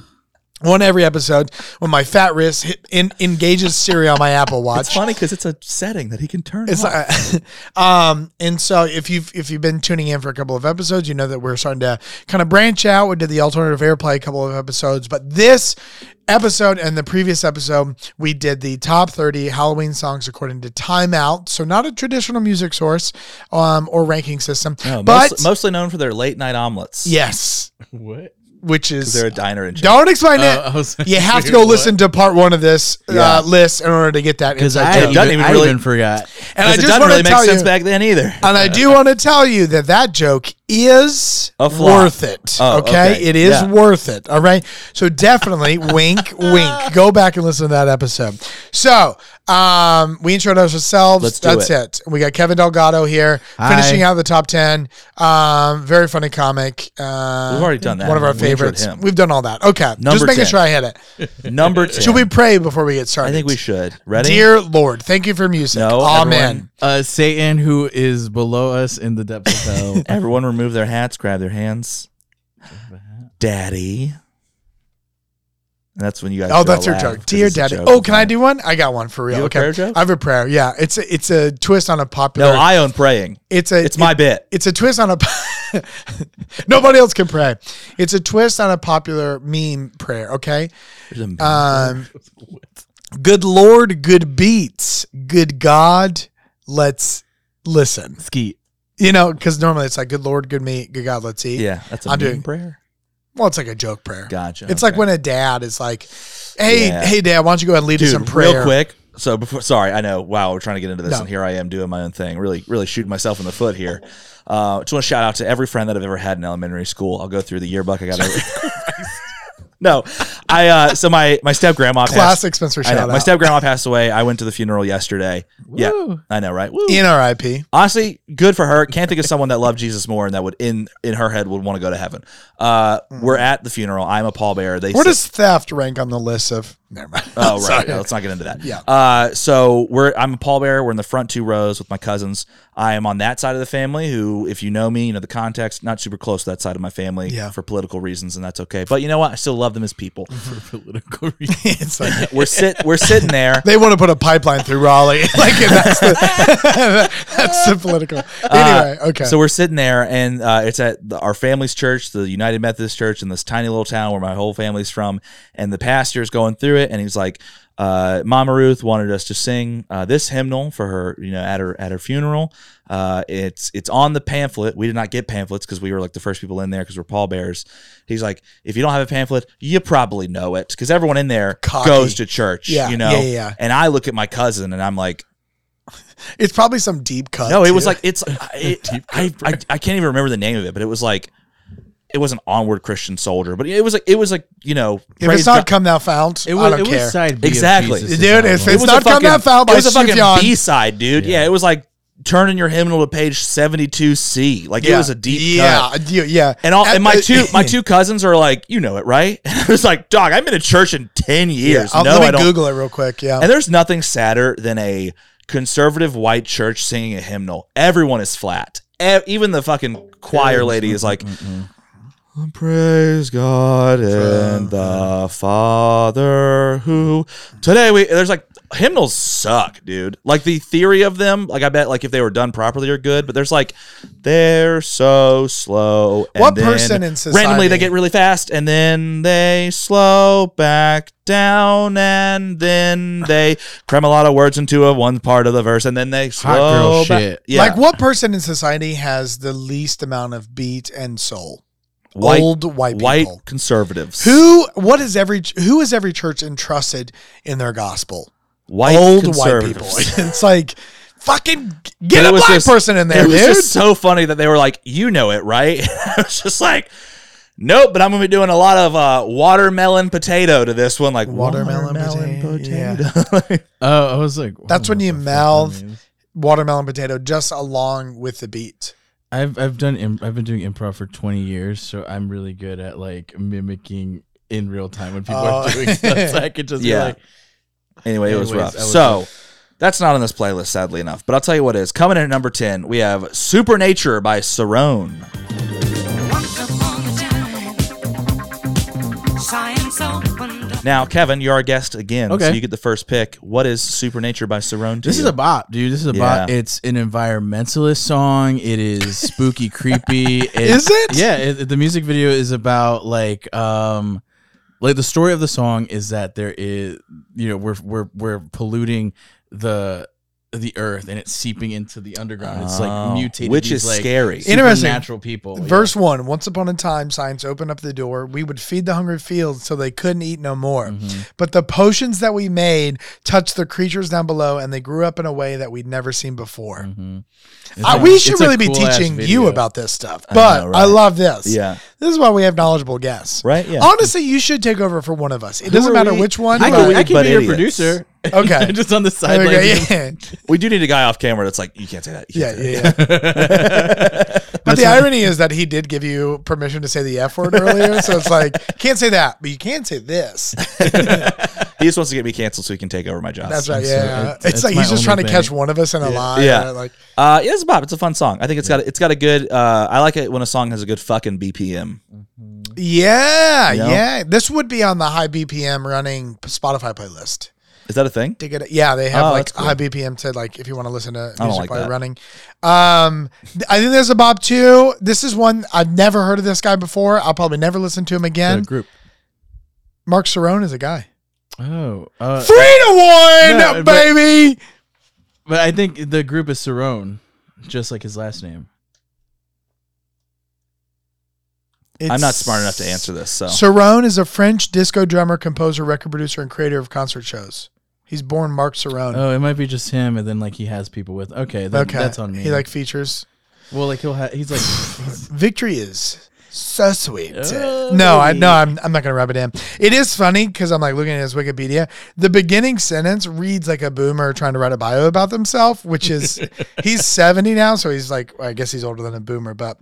one every episode when my fat wrist hit, in, engages Siri on my Apple Watch. It's funny because it's a setting that he can turn. It's off. like, [LAUGHS] um, and so if you've if you've been tuning in for a couple of episodes, you know that we're starting to kind of branch out. We did the alternative airplay a couple of episodes, but this episode and the previous episode, we did the top thirty Halloween songs according to Time Out. So not a traditional music source, um, or ranking system, No, but most- mostly known for their late night omelets. yes, What? Uh, which is they're a Uh, diner in. don't explain it. I was [LAUGHS] You have to like, go [LAUGHS] what? listen to part one of this Yeah. uh, list in order to get that Because inside I, It joke. even, doesn't even I really- even forgot. And I it just doesn't want really to make tell sense you, uh, back then either. and I do want to tell you that that joke is A flop. worth it. Oh, okay? okay. it is Yeah. worth it. All right, so [LAUGHS] definitely wink, wink. Go back and listen to that episode. So um, we introduced ourselves. Let's do That's it. We got Kevin Delgado here Hi. finishing out the top ten. Um, very funny comic. Uh, We've already done that. One of our We introed favorites. him. We've done all that. Okay, just Number making 10. sure I hit it. Number [LAUGHS] two. Should we pray before we get started? I think we should. Ready? Dear Lord, thank you for music. No, Amen. everyone. Uh, Satan, who is below us in the depths [LAUGHS] of hell. Everyone remove their hats, grab their hands. Daddy. And that's when you guys. Oh, should all that's your laugh, joke. 'cause Dear it's a Daddy. joke, Oh, isn't can I it? do one? I got one for real. have a okay. prayer joke? I have a prayer. Yeah, it's a, it's a twist on a popular. No, I own praying. it's a It's my it- bit. it's a twist on a. po- [LAUGHS] Nobody else can pray. It's a twist on a popular meme prayer. Okay. [LAUGHS] Um, good Lord, good beats, good God. Let's listen. Skeet. You know, because normally it's like, good Lord, good meat, good God, let's eat. yeah, that's a I'm meme doing- prayer. Well, it's like a joke prayer. Gotcha. It's like okay. when a dad is like, "Hey, Yeah. hey, dad, why don't you go ahead and lead us in dude, prayer?" real quick. So before, sorry, I know. Wow, we're trying to get into this, No. and here I am doing my own thing. Really, really shooting myself in the foot here. Uh, just want to shout out to every friend that I've ever had in elementary school. I'll go through the yearbook. I [LAUGHS] got. every- [LAUGHS] no, I. Uh, so my my step grandma. Classic Spencer I know. shout My out. step grandma passed away. I went to the funeral yesterday. Yeah, Woo. I know, right? Woo. in R.I.P. Honestly, good for her. Can't think of someone that loved Jesus more and that would in in her head would want to go to heaven. Uh, Hmm. We're at the funeral. I'm a pallbearer. They Where sit- does theft rank on the list of? Never mind. [LAUGHS] Oh Sorry. right, let's not get into that. Yeah. Uh, so we're I'm a pallbearer. We're in the front two rows with my cousins. I am on that side of the family. Who, if you know me, you know the context. Not super close to that side of my family Yeah. for political reasons, and that's okay. But you know what? I still love them [LAUGHS] as people. For political reasons. It's like- We're sit we're sitting there. they want to put a pipeline through Raleigh. [LAUGHS] like if that's the [LAUGHS] that's the political. Anyway, okay. Uh, So we're sitting there, and uh, it's at the, our family's church, the United Methodist Church, in this tiny little town where my whole family's from. And the pastor's going through it, and he's like, uh, "Mama Ruth wanted us to sing uh, this hymnal for her, you know, at her at her funeral. Uh, it's it's on the pamphlet. We did not get pamphlets because we were like the first people in there because we're pallbearers. He's like, if you don't have a pamphlet, you probably know it because everyone in there Cocky. goes to church, Yeah, you know. yeah, yeah, yeah. And I look at my cousin, and I'm like. it's probably some deep cut. No, it too. was like [LAUGHS] it's. I- It, I, I I can't even remember the name of it, but it was like it was an onward Christian soldier, but it was like it was like you know if praise it's not God- come thou fount, It I was, don't it care. was side B of Exactly. Jesus' Dude, if album. it's- was not a come fucking- that foul by It was a Sufjan. fucking B side, dude. Yeah. it was like turning your hymnal to page seventy two C. Like it was a deep cut. yeah, yeah, yeah. Uh, And all and my At- two [LAUGHS] my two cousins are like, you know it, right? [LAUGHS] And I was like, dog, I've been to church in ten years. I'll- no, let me I don't. Google it real quick. Yeah, And there's nothing sadder than a conservative white church singing a hymnal. Everyone is flat. E- even the fucking choir lady is like, Praise God and the Father who today we there's like hymnals suck, dude. Like the theory of them, like I bet like if they were done properly are good, but there's like they're so slow. and What then person in randomly society- they get really fast and then they slow back down [LAUGHS] and then they cram a lot of words into a one part of the verse and then they slow Hot girl back- shit. Yeah, Like what person in society has the least amount of beat and soul? white Old white people. white conservatives. Who? What is every? Who is every church entrusted in their gospel? White Old white people. [LAUGHS] conservatives. [LAUGHS] It's like fucking But get it a was black just- person in there, It was dude. just so funny that they were like, "You know it, right?" [LAUGHS] I was just like, "Nope," but I'm gonna be doing a lot of uh, watermelon potato to this one, like Watermelon potato, [LAUGHS] Oh, I was like, That's oh, when you what the fuck that mouth- means. Watermelon potato, just along with the beat. I've I've done im- I've been doing improv for twenty years, so I'm really good at like mimicking in real time when people Oh. are doing stuff. [LAUGHS] So I could just Yeah. be like, Anyway, it was Anyways, rough. that was so that's not on this playlist, sadly enough. But I'll tell you what is coming in at number ten. We have "Supernature" by Sarone. Once upon a time, science opened Now, Kevin, you're our guest again, so Okay. you get the first pick. What is Supernature by Sarone? to This is you? a bop, dude. This is a bop. Yeah. It's an environmentalist song. It is [LAUGHS] spooky, creepy. It, Is it? Yeah. It, it- the music video is about like, um, like the story of the song is that there is, you know, we're we're we're polluting the the earth and it's seeping into the underground. It's like Oh, mutating, which these, is like, [LAUGHS] scary. Interesting. Natural people. Oh, yeah. Verse one: Once upon a time, science opened up the door. We would feed the hungry fields till they couldn't eat no more. Mm-hmm. But the potions that we made touched the creatures down below, and they grew up in a way that we'd never seen before. Mm-hmm. It's I, a- we should it's a really be cool-ass teaching you video. about this stuff. But I, know, right? love this. Yeah. this is why we have knowledgeable guests. Right? Yeah. Honestly, you should take over for one of us. It doesn't are matter we? which one. I but- can, I can But be your idiots. producer. [LAUGHS] Okay. just on the sideline. Okay, yeah. we do need a guy off camera that's like, you can't say that. you Yeah, can't say [LAUGHS] yeah, yeah. but the irony is that he did give you permission to say the F word earlier. So it's [LAUGHS] like, can't say that, but you can say this. that." He just wants to get me canceled so he can take over my job. That's right. so Yeah. it- it's that's like my he's just trying only to catch thing. one of us in a lie. Yeah. right? Like, Uh, yeah, it's a bop. It's a fun song. I think it's got it's got a good. Uh, I like it when a song has a good fucking BPM. yeah, You know? yeah. This would be on the high BPM running Spotify playlist. Is that a thing? To get it, yeah, they have Oh, like that's cool. high BPM to like if you want to listen to don't music like while that. you're running. Um, th- I think there's a Bob too. This is one I've never heard of this guy before. I'll probably never listen to him The again. group. Mark Cerrone is a guy. Oh, uh, Three to one, No, but- baby. But I think the group is Cerrone, just like his last name. I'm not smart enough to answer this. So Cerrone is a French disco drummer, composer, record producer, and creator of concert shows. He's born Mark Cerrone. Oh, it might be just him, and then like he has people with. Okay, then okay, that's on me. He like features. well, like he'll have. He's [LAUGHS] like he's, Victory is so sweet. Oh, no, I baby. no, I'm, I'm not gonna rub it in. It is funny because I'm like looking at his Wikipedia. The beginning sentence reads like a boomer trying to write a bio about themselves, which is [LAUGHS] he's 70 now, so he's like I guess he's older than a boomer, but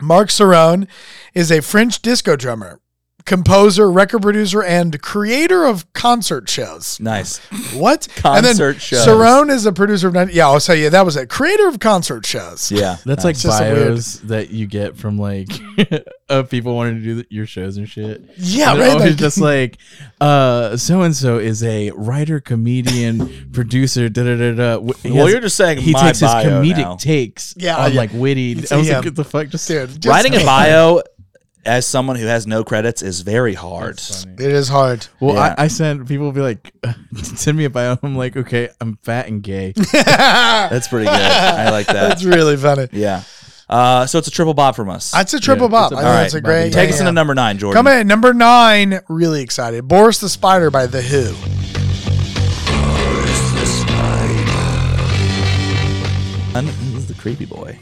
Mark Cerrone is a French disco drummer, composer, record producer, and creator of concert shows. nice. What? Concert shows. Cerrone is a producer of nine- yeah, I'll tell you that was a creator of concert shows. Yeah, nice. that's like just a weird- bios that you get from like [LAUGHS] of people wanting to do your shows and shit. Yeah, And they're right. always like- [LAUGHS] just like uh, so and so is a [LAUGHS] writer, comedian, producer. Da da da da. Wh- he Well, has- you're just saying he my takes his bio comedic now. takes. Yeah, on yeah. like witty. It's I was him. like, what the fuck, just dude, just- writing a bio as someone who has no credits is very hard. It is hard. Well, Yeah. I, I sent people will be like, [LAUGHS] send me a bio. I'm like, okay, I'm fat [LAUGHS] and gay. That's pretty good. I like that. That's really funny. Yeah. Uh, so it's a triple bob from us. That's a triple Yeah, bop. it's a I bop. think that's a Alright, great. Bobby. Take yeah, us yeah. into number nine, Jordan. Come in at number nine. Really excited. Boris the Spider by The Who. This is the creepy boy.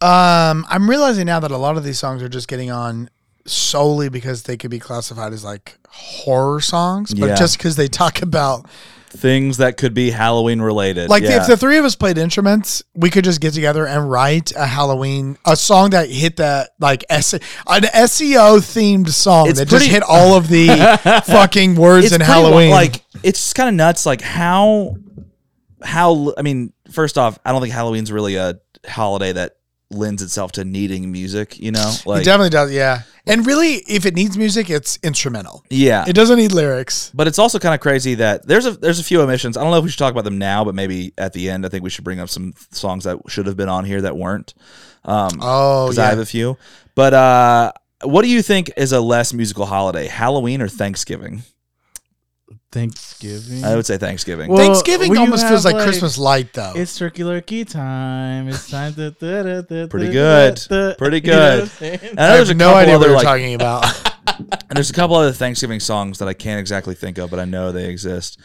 Um, I'm realizing now that a lot of these songs are just getting on solely because they could be classified as like horror songs, but Yeah. just because they talk about Things that could be Halloween related. like yeah. if the three of us played instruments, we could just get together and write a Halloween a song that hit that like S- an SEO themed song It's that pretty- just hit all of the [LAUGHS] fucking words in pretty wi- Halloween. Like it's just kind of nuts. Like how, how I mean, first off, I don't think Halloween's really a holiday that lends itself to needing music. You know, it like definitely does, yeah. And really, if it needs music, it's instrumental. yeah. It doesn't need lyrics. but it's also kind of crazy that there's a there's a few omissions. I don't know if we should talk about them now, but maybe at the end, I think we should bring up some songs that should have been on here that weren't. Um, Oh 'cause yeah, I have a few. But uh, what do you think is a less musical holiday, Halloween or Thanksgiving? Thanksgiving. I would say Thanksgiving. Well, Thanksgiving when you almost feels have, like, like- Christmas light though. it's turkey lurkey time. It's time to. da- da- da- Pretty da- good. da- da- Pretty You know what good. I'm saying? And I know I there's a have no couple idea what other, we're like, talking about. [LAUGHS] And there's a couple other Thanksgiving songs that I can't exactly think of, but I know they exist.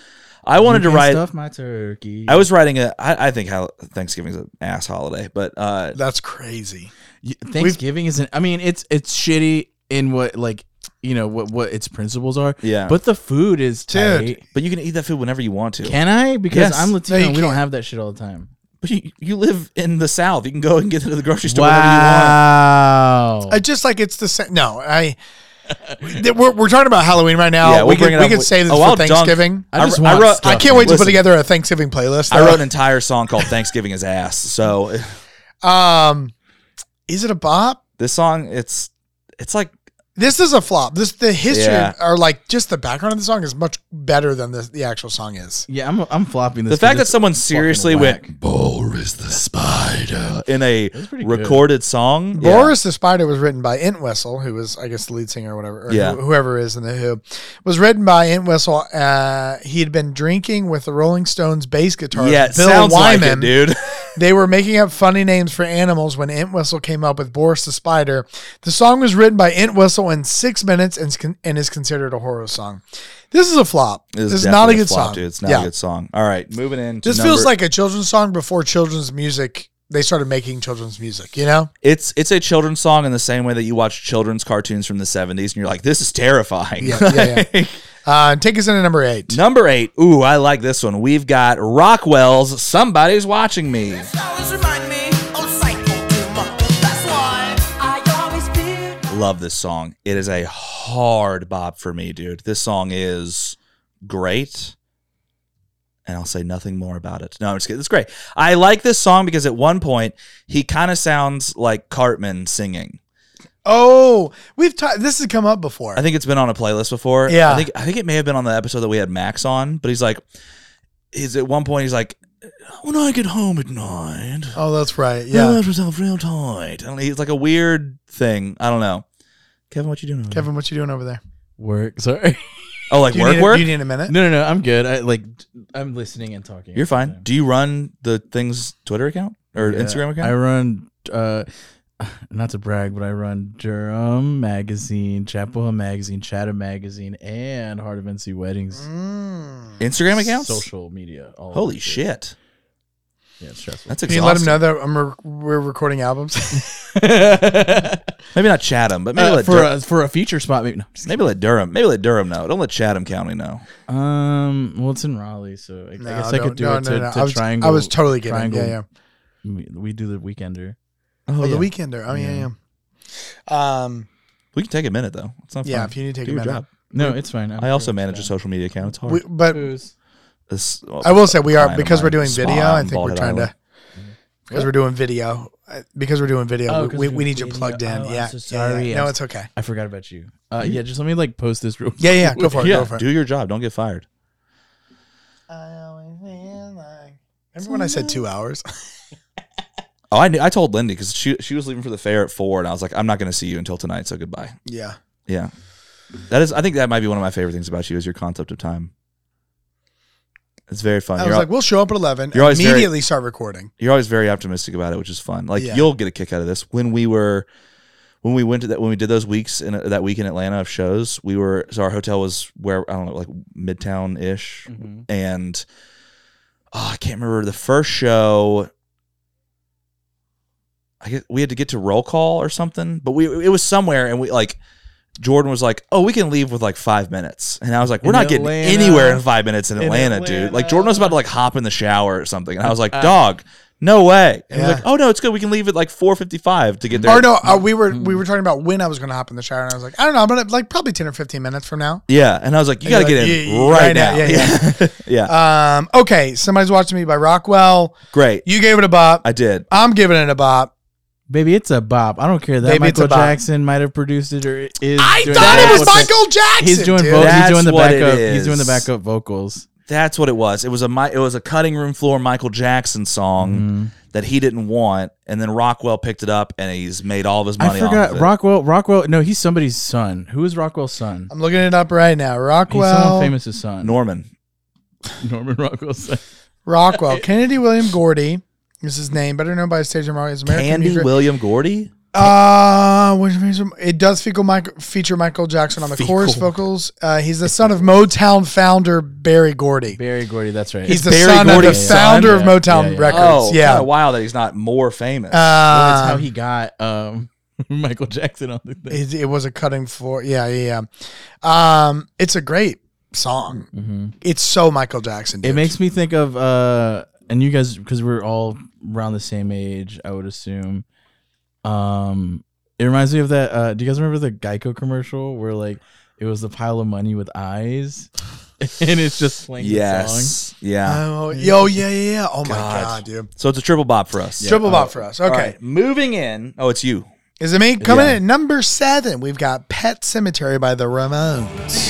I wanted to You can write. Stuff my turkey. I was writing a. I, I think how Thanksgiving's an ass holiday, but uh, That's crazy. You- Thanksgiving isn't. I mean, it's it's shitty in what like you know what what its principles are. Yeah. but the food is Dude. tight. but you can eat that food whenever you want to. Can I? Because Yes. I'm Latino. you and we don't can't. have that shit all the time. But you, you live in the South. You can go and get it at the grocery store whenever Wow. I just like it's the same. No, I. we're, we're talking about Halloween right now. you want. Yeah, we we'll bring can, it we up can with- save this oh, for I'll dunk- Thanksgiving. I just wr- want wrote- stuff. I can't wait to Listen. put together a Thanksgiving playlist. I wrote an entire song called Thanksgiving is ass. So [LAUGHS] Um, is it a bop? this song, it's it's like This is a flop. This the history Yeah. or like just the background of the song is much better than the, the actual song is. Yeah, I'm I'm flopping this. The 'cause fact that it's someone fucking seriously whack. went Boris the Spider in a pretty good. recorded song. yeah. Boris the Spider was written by Entwistle, who was I guess the lead singer or whatever, or Yeah. who- whoever is in the Who, was written by Entwistle. Uh, he had been drinking with the Rolling Stones bass guitarist Yeah, it Bill sounds Wyman. like it, dude. [LAUGHS] They were making up funny names for animals when Entwistle came up with Boris the Spider. The song was written by Entwistle in six minutes and, is con- and is considered a horror song. This is a flop. This This is not a definitely good flop, song. Dude. It's not a good song. All right, moving in. to This number- feels like a children's song before children's music. They started making children's music, you know? it's it's a children's song in the same way that you watch children's cartoons from the seventies, and you're like, this is terrifying. Yeah, yeah, yeah. Uh, and take us into number eight. [LAUGHS] Number eight. Ooh, I like this one. We've got Rockwell's "Somebody's Watching Me." Always remind me of Psycho Gilmore. That's why I always feared Love this song. It is a hard bop for me, dude. This song is great. And I'll say nothing more about it. No, I'm just kidding. It's great. I like this song because at one point he kind of sounds like Cartman singing. Oh, we've ta- this has come up before. I think it's been on a playlist before. Yeah. I think I think it may have been on the episode that we had Max on, but he's like he's at one point he's like when I get home at night, oh, that's right. yeah. Yeah. I myself real tight. And he's like a weird thing. I don't know. Kevin, what you doing? over there? Kevin, what you doing over there? work. Sorry. Oh, like Do you work need a, work? Do you need a minute? [LAUGHS] No, no, no. I'm good. I like I'm listening and talking. You're fine. Do you run the thing's Twitter account or Yeah. Instagram I account? run uh [LAUGHS] not to brag, but I run Durham magazine, Chapel Hill magazine, Chatham magazine, and Heart of NC Weddings. Mm. Instagram accounts? Social media. all of Holy it. shit. Yeah, it's stressful. That's Can exhausting. you let him know that I'm re- we're recording albums? [LAUGHS] Maybe not Chatham, but maybe Uh, let for Dur- a for a feature spot, maybe. No, I'm just maybe let Durham. Maybe let Durham know. Don't let Chatham County know. kidding. um, well, it's in Raleigh, so [LAUGHS] I, I guess I don't- could do it to, to I was, triangle. I was totally kidding. triangle. Yeah, yeah. We, we do the weekender. Oh, Oh, yeah. the Weekender. Oh, yeah, yeah. Um, We can take a minute though. It's not yeah. fun. If you need to take Do a your minute, job. No, it's fine. I also manage a social media account. It's hard. uh, we, but This- I will say we are Fine, because I'm we're doing small, video. I I'm think we're bald-headed trying to island. because we're doing video uh, because we're doing video. Oh, 'cause we, we're we doing need you video. plugged in. Oh, I'm yeah. so yeah, yeah. sorry. No, I'm it's okay. I forgot about you. Uh, yeah, just let me like post this real. Yeah, yeah. Go for it. yeah, Go for it. do your job. Don't get fired. Remember when I said two hours? [LAUGHS] Oh, I knew, I told Lindy because she she was leaving for the fair at four, and I was like, I'm not going to see you until tonight. So goodbye. yeah. Yeah, that is. I think that might be one of my favorite things about you is your concept of time. It's very fun. I You're, was al- like, we'll show up at eleven. You're always very- immediately start recording. you're always very optimistic about it, which is fun. Like Yeah. you'll get a kick out of this. When we were, when we went to that, when we did those weeks in that week in Atlanta of shows, we were so our hotel was where I don't know, like Midtown ish, and oh, I can't remember the first show. I guess we had to get to roll call or something, but we it was somewhere, and we like Jordan was like, "Oh, we can leave with like five minutes," and I was like, "We're In not getting Atlanta. anywhere in five minutes in In Atlanta, dude." Like Jordan was about to like hop in the shower or something, and I was like, Uh. "Dog." No way. And Yeah. he's like, oh no, it's good. We can leave at like 4.55 to get there. Or no, uh, we Hmm. were we were talking about when I was going to hop in the shower, and I was like, I don't know, I'm gonna like probably ten or fifteen minutes from now. Yeah. And I was like, you And got to you're get like, in "Yeah, yeah, right, right now, now. yeah, Yeah. [LAUGHS] yeah. Um, okay, somebody's watching me by Rockwell. Great. You gave it a bop. I did. I'm giving it a bop. Baby, it's a bop. I don't care that Baby, it's a Michael bop. Jackson might have produced it or is. I doing thought the it was vocals. Michael Jackson. He's doing dude. vocals. He's That's doing the what it backup. He's doing the is. backup vocals. That's what it was. It was a mi- it was a cutting room floor Michael Jackson Mm. song Mm-hmm. that he didn't want, and then Rockwell picked it up and he's made all of his money. I forgot off of it. Rockwell. Rockwell. No, he's somebody's son. Who is Rockwell's son? I'm looking it up right now. He's Rockwell, someone famous's son. Norman. [LAUGHS] Norman Rockwell's son. Rockwell, Kennedy William Gordy is his name, better known by his stage name as American Candy music- William Gordy. Uh, which means it does feature Michael, feature Michael Jackson on the Fecal. chorus vocals. Uh, he's the son of Motown founder Barry Gordy. Barry Gordy. That's right. He's the Barry son of the Gordy's founder of son? Yeah, Motown yeah, yeah. Records. Oh, yeah. Kinda wild that he's not more famous. Well, that's how Uh, he got um, [LAUGHS] Michael Jackson on the thing. it, it was a cutting floor. Yeah, yeah, yeah. Um, it's a great song. Mm-hmm. It's so Michael Jackson. It dude. makes me think of uh, and you guys because we're all around the same age, I would assume. Um, it reminds me of that. Uh, do you guys remember the Geico commercial where like it was the pile of money with eyes, [LAUGHS] and it's just playing yes. yes. Yeah. Oh, yo, yeah, yeah, yeah. Oh my god, dude. so it's a triple bop for us. Triple bop for us. Okay. All right, moving in. Oh, it's you. Is it me coming Yeah. in at number seven? We've got Pet Cemetery by the Ramones.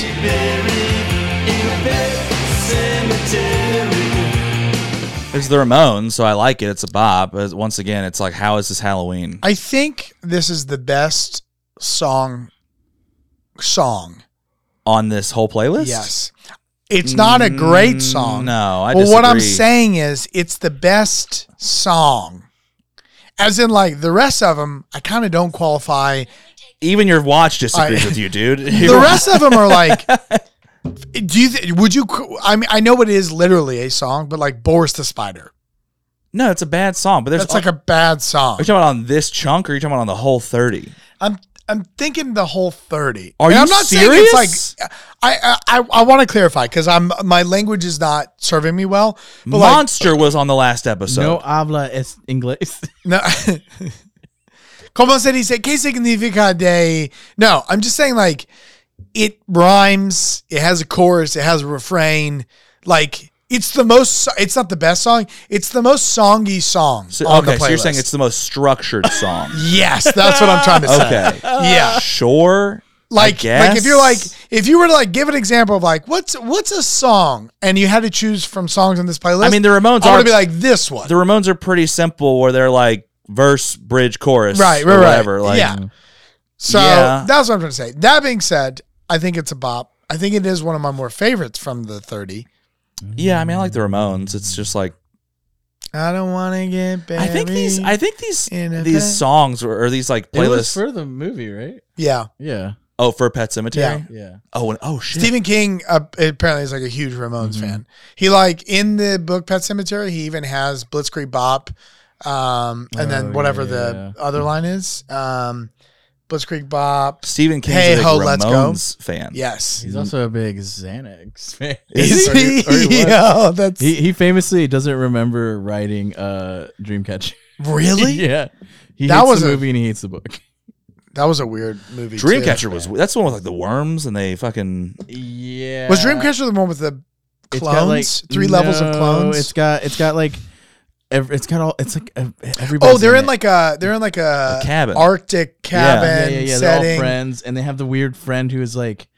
It's the Ramones, so I like it. It's a bop. But once again, it's like, how is this Halloween? I think this is the best song. Song, On this whole playlist? yes. It's not a great song. Mm, No, I well, what I'm disagree. saying is, it's the best song. As in, like the rest of them, I kind of don't qualify. Even your watch disagrees I- with you, [LAUGHS] dude. The rest of them [LAUGHS] are like, do you? Th- would you? qu- I mean, I know it is literally a song, but like Boris the Spider, no, it's a bad song, but there's. that's like a bad song. Are you talking about on this chunk or are you talking about on the whole 30? I'm I'm thinking the whole thirty. Are you I'm not saying serious? it's like I I I, I want to clarify because I'm my language is not serving me well. But Monster was on the last episode. no habla es inglés. [LAUGHS] like no. [LAUGHS] Como se dice? ¿Qué significa de? No, I'm just saying like it rhymes. It has a chorus. It has a refrain. Like it's the most. It's not the best song. It's the most songy song So- on the okay, playlist. so you're saying it's the most [LAUGHS] structured song. yes. That's what I'm trying [LAUGHS] to say. okay. Yeah. Sure. like like if you're like guess. if you were to like give an example of like what's what's a song and you had to choose from songs on this playlist. I mean, the Ramones I are would be like this one. the Ramones are pretty simple, where they're like verse, bridge, chorus, right, or right, whatever. right. Like, yeah. So Yeah. that's what I'm trying to say. That being said, I think it's a bop. I think it is one of my more favorites from the 30. yeah. I mean, I like the Ramones. It's just like I don't want to get buried. I think these, I think these, in a these bed. songs were, or these like It was playlists. for the movie, right? yeah. Yeah, oh, for Pet Cemetery. Yeah. yeah. Oh, and oh shit. Stephen King uh, apparently is like a huge Ramones fan. He like in the book Pet Cemetery, he even has Blitzkrieg Bop, um, and Oh, then whatever the yeah. other line is, um, Blitzkrieg Bop. Stephen King's Hey a big ho, let's go. Ramones fan. Yes, He's also a big Xanax fan. is Or he? or [LAUGHS] he was. Yo, that's He, he famously doesn't remember writing uh, Dreamcatcher. really [LAUGHS] yeah, he That hates was the a- movie and he hates the book. that was a weird movie. too. Dreamcatcher was that's the one with like the worms and they fucking Yeah, was Dreamcatcher the one with the It's clones? got, like, Three levels of no, clones. It's got it's got like ev- it's got all it's like ev- everybody. oh, they're in like a they're in like a, A cabin. Arctic Yeah. cabin yeah, yeah, yeah. They're all setting. friends, and they have the weird friend who is like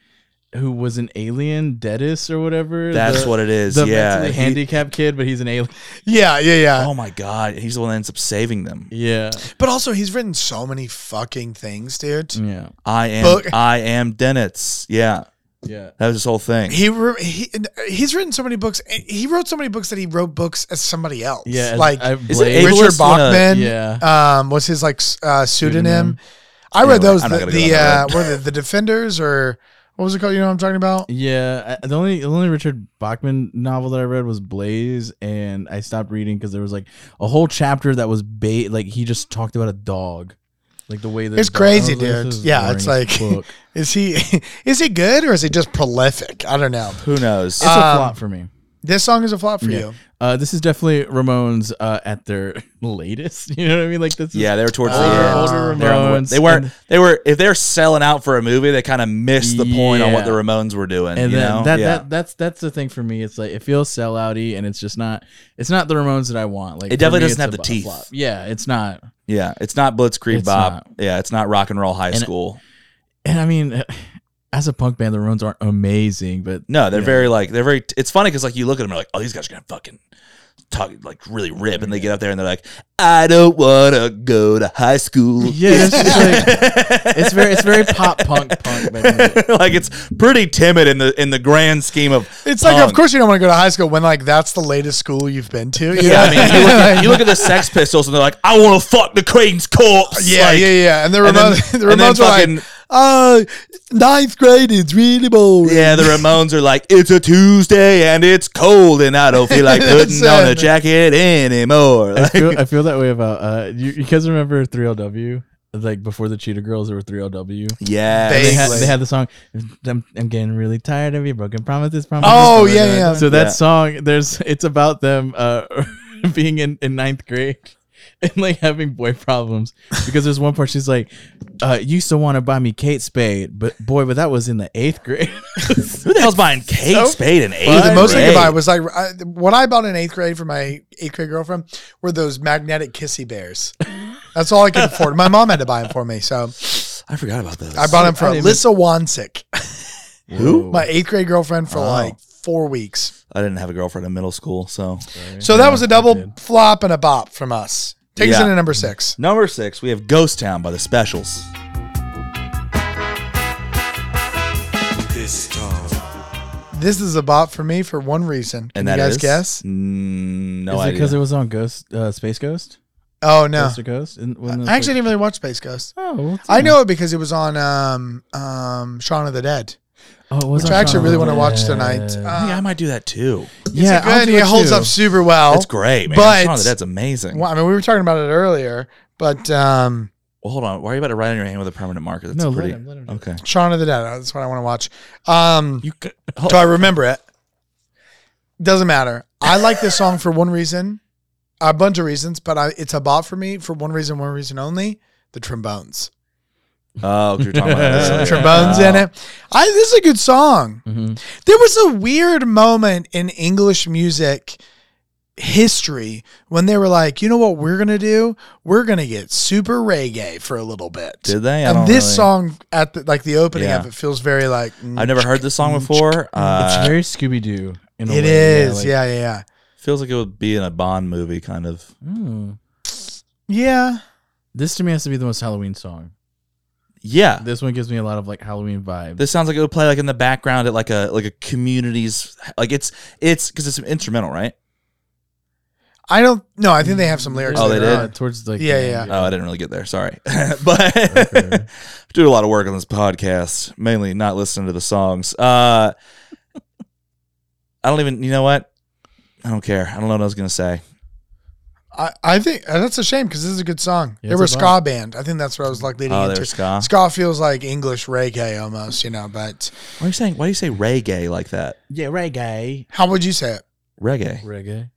who was an alien, Deadis or whatever. that's the, what it is. The yeah. mentally He- handicapped kid, but he's an alien. yeah, yeah, yeah. oh my god, he's the one that ends up saving them. Yeah, But also, he's written so many fucking things, dude. yeah, I am Book- I am Dennett's. Yeah. yeah. That was his whole thing. He, re- he he's written so many books. He wrote so many books that he wrote books as somebody else. Yeah, as- like I Is it Ableist blame- Richard when a- Bachman. yeah. um, was his like s- uh, pseudonym. Pseudonym. I read Anyway, those. I'm The, not gonna go the down that uh, were the, the Defenders or what was it called? You know what I'm talking about? Yeah, I, the only the only Richard Bachman novel that I read was Blaze, and I stopped reading because there was like a whole chapter that was bait. Like he just talked about a dog, like the way that Oh, It's crazy, dude. Yeah, it's like- [LAUGHS] book. Is he is he good or is he just prolific? I don't know. Who knows? it's Uh, a Um, flop for me. This song is a flop for Yeah. you. Uh, this is definitely Ramones uh, at their [LAUGHS] latest. [LAUGHS] You know what I mean? Like this. Is, yeah, they were towards the Older- end. older They were on Ramones the- they weren't and- they were if they're selling out for a movie, they kind of missed the point on what the Yeah. Ramones were doing. and you then know? that, yeah. that that's that's the thing for me. It's like it feels sellouty, and it's just not. It's not the Ramones that I want. Like It definitely for me, doesn't it's have a the bo- teeth. flop. Yeah, it's not. yeah. It's not Blitzkrieg It's Bob. not. Yeah, it's not rock and roll high And- school. And I mean, [SIGHS] as a punk band, the Ramones aren't amazing, but No, they're Yeah. very like they're very. It's funny because like you look at them, you're like, oh, these guys are gonna fucking talk like really rip, and they get up there and they're like, I don't wanna go to high school. [LAUGHS] [LAUGHS] [LAUGHS] yeah, it's, just like, it's very it's very pop punk [LAUGHS] punk. But like it's pretty timid in the in the grand scheme of. It's like, punk. of course, you don't want to go to high school when like that's the latest school you've been to. you Yeah, know? I mean, you look, at, you look at the Sex Pistols and they're like, I want to fuck the Queen's corpse. [LAUGHS] yeah, Like, yeah, yeah. And the and then- Ramones, [LAUGHS] the and then Ramones are fucking- like, oh, ninth grade is really boring. Yeah, the Ramones are like, it's a Tuesday and it's cold and I don't [LAUGHS] feel like putting on a Exactly. jacket anymore. I Like, feel I feel that way about uh you, you guys remember 3LW like before the Cheetah Girls there were 3LW. yeah, They had, Vaguely. they had the song I'm, I'm getting really tired of your broken promises promises. Oh, promises." yeah, yeah. So that Yeah. song there's it's about them uh [LAUGHS] being in, in ninth grade. [LAUGHS] And like having boy problems because there's one part she's like, uh, "You still want to buy me Kate Spade, but boy, but that was in the [LAUGHS] eighth grade." [LAUGHS] Who the hell's buying Kate Spade and eighth Dude, the most I grade? could buy was like I, what I bought in eighth grade for my eighth grade girlfriend were those magnetic kissy bears. That's all I could afford. My mom had to buy them for me, so I forgot about this. I bought them for I didn't even- Alyssa Wansick, Who? my eighth grade girlfriend, for Oh. like four weeks. I didn't have a girlfriend in middle school, so So that was a double flop and a bop from us. Takes us Yeah. into number six. number six we have Ghost Town by the Specials. This is a bop for me for one reason. Can And that you guys is- guess? Mm, no Is it idea. because it was on Ghost, uh, Space Ghost, Oh no, Ghost or Ghost? And wasn't it I actually like- didn't really watch Space Ghost. oh, well, I know it because it was on um, um, Shaun of the Dead, Oh, it was which on I actually Shaun really of want to the watch Dead. tonight. I think I Uh, might do that too. yeah, it's I'll good. do It it holds too. up super well. That's great, man. Oh, but- Shaun of the Dead's amazing. Well, I mean, we were talking about it earlier, but um, Well, hold on. Why are you about to write on your hand with a permanent marker? That's No, pretty. let him, let him do okay. Shaun of the Dead. That's what I want to watch. Um, You could, do I remember it? Doesn't matter. I like this song for one reason, a bunch of reasons, but I, it's a bop for me for one reason, one reason only: the trombones. oh, 'cause you're [LAUGHS] talking about this. Some earlier. trombones in Wow. it. I this is a good song. Mhm. There was a weird moment in English music history when they were like, you know what we're gonna do? We're gonna get super reggae for a little bit. Did they? I and don't this really- song at the like the opening Yeah. of it feels very like mm, I've never heard this song before. Uh, Mm-hmm. it's very Scooby Doo. in a It way, is, like- yeah, yeah, yeah. feels like it would be in a Bond movie, kind of. Mm. Yeah. This to me has to be the most Halloween song. Yeah. This one gives me a lot of like Halloween vibes. This sounds like it would play like in the background at like a like a community's like it's it's because it's an instrumental, right? I don't no, I think they have some lyrics. Oh, they later did? on. Uh, towards like Yeah, the yeah, end, Oh, I didn't really get there. Sorry, [LAUGHS] but Okay. [LAUGHS] do a lot of work on this podcast, mainly not listening to the songs. Uh, I don't even. You know what? I don't care. I don't know what I was gonna say. I, I think uh, that's a shame because this is a good song. Yeah, they it's were a a ska bop. band. I think that's what I was like leading Oh, into. there's ska. Ska feels like English reggae almost, you know. But Why are you saying? Why do you say reggae like that? yeah, reggae, how would you say it? Reggae. reggae.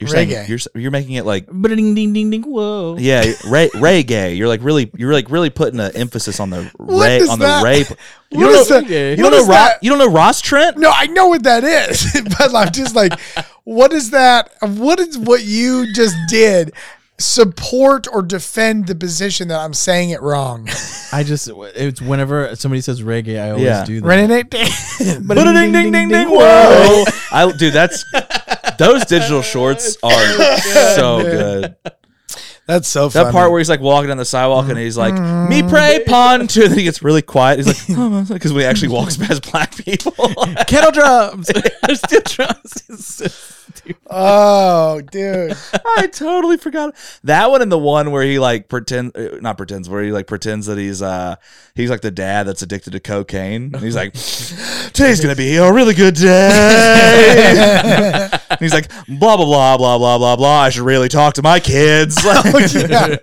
You're saying Reggae. you're s- you're making it like Ding ding ding ding. Whoa. [LAUGHS] yeah, re- reggae. You're like really you're like really putting an emphasis on the What ray is on the that? [LAUGHS] ray. You What don't is know, that? [LAUGHS] reggae. you don't know What is Ross, that? you don't know Ross Trent? No, I know what that is, [LAUGHS] but I'm just like, what is that? What is what you just did? Support or defend the position that I'm saying it [LAUGHS] wrong. I just it's whenever somebody says reggae, I always Yeah. do that. Running it down. ding ding ding ding [LAUGHS] whoa! I dude, that's those digital shorts are so good. That's so funny. That part where he's like walking down the sidewalk and he's like, "Me pray pon [LAUGHS] to," and he gets really quiet. He's like, [LAUGHS] "Because we actually walks past black people." [LAUGHS] [LAUGHS] Kettle [LAUGHS] drums. Steel drums. It's so stupid. oh, [LAUGHS] dude. I totally forgot that one and the one where he like pretend uh, not pretends where he like pretends that he's uh he's like the dad that's addicted to cocaine and [LAUGHS] he's like today's gonna be a really good day and he's like blah blah blah blah blah blah blah I should really talk to my kids [LAUGHS] Yeah.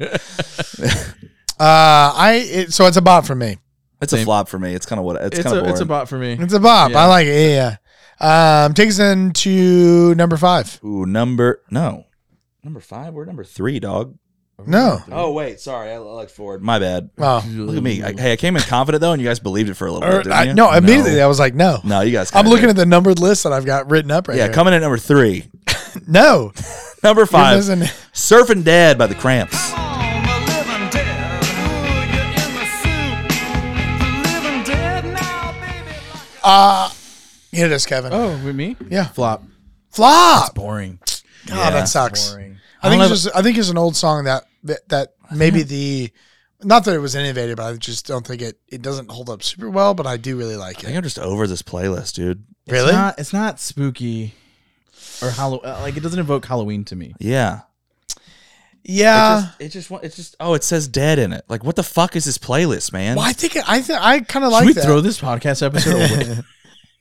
Uh, I it, so it's a bop for me. it's a flop for me it's kind of what it's, It's kind of a it's a boring bot for me. It's a bop. Yeah. I like it. Yeah. yeah. Um, takes us into number five. ooh number no number five we're number three dog No. oh wait sorry I looked forward my bad Oh. look at me I, hey I came in confident though and you guys believed it for a little Or- bit didn't Er, I- you? no, immediately I was like, no. no you guys I'm kinda looking at did. the numbered list that I've got written up right yeah, here. coming in at number three. no. Number five, doesn't- Surfing Dead by the Cramps. Uh, hit us, Kevin. Oh, with me? Yeah. Flop. Flop. Boring. Oh, that sucks. Boring. I think it's just, I think it's an old song that that, that maybe the not that it was innovative, but I just don't think it it doesn't hold up super well. But I do really like I think it. I'm just over this playlist, dude. Really? It's not, it's not spooky or Halloween. Like it doesn't evoke Halloween to me. Yeah. yeah. it just, wa- it's just, oh, it says dead in it. Like, what the fuck is this playlist, man? well, I think it, I th- I kind of like Should we that. throw this podcast episode [LAUGHS] away?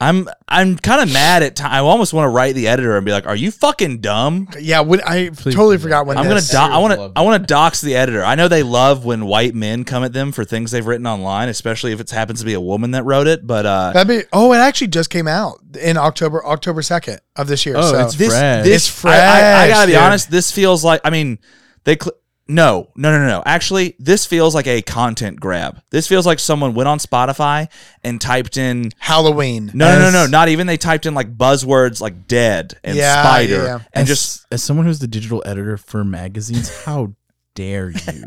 I'm, I'm kind of mad at time. I almost want to write the editor and be like, are you fucking dumb? yeah, when, I totally do forgot when I'm gonna. this- Do- I want Editors love to. I want to dox the editor. I know they love when white men come at them for things they've written online, especially if it happens to be a woman that wrote it. But uh, That'd be. Oh, it actually just came out in October October second of this year. Oh, so it's- fresh. This, It's I, I- I gotta be fresh, dude. honest. This feels like. I mean, they. Cl- no, no, no, no, no. Actually, this feels like a content grab. This feels like someone went on Spotify and typed in. Halloween. No, no, no, no. As- Not even they typed in like buzzwords like dead and Yeah, spider yeah, yeah. and As- just [LAUGHS] as someone who's the digital editor for magazines, how dare you?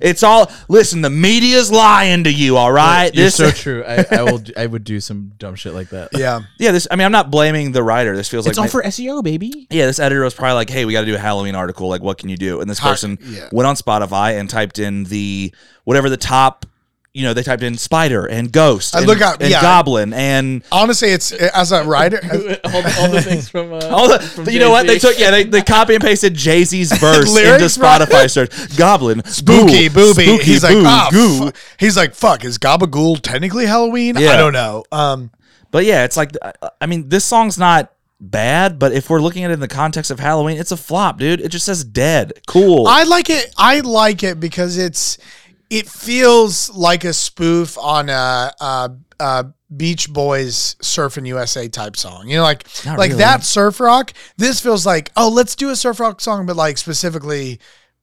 It's all listen. The media's lying to you. All right. You're so true. I, I will. I would do some dumb shit like that. Yeah. [LAUGHS] yeah. This. I mean, I'm not blaming the writer. This feels It's like all my- for SEO, baby. yeah. This editor was probably like, hey, we got to do a Halloween article. Like, what can you do? And this Hi- person yeah. went on Spotify and typed in the whatever the top. You know, they typed in spider and ghost. I and, look up- and yeah. goblin and Honestly, it's as a writer. as- all, all the things from. Uh, All the, [LAUGHS] from you know what they Jay-Z. took? Yeah, they, they copy and pasted [LAUGHS] Jay Z's verse into Lyrics, right? Spotify search. Goblin, [LAUGHS] Spooky boo, booby. spooky he's like, boo, ah, goo. fu- he's like, fuck. Is Gabagool technically Halloween? Yeah. I don't know. Um, But yeah, it's like I- I mean, this song's not bad, but if we're looking at it in the context of Halloween, it's a flop, dude. It just says dead. Cool. I like it. I like it because it's it feels like a spoof on a, a, a Beach Boys "Surfing USA" type song. You know, like Not like really. that surf rock. This feels like oh, let's do a surf rock song, but like specifically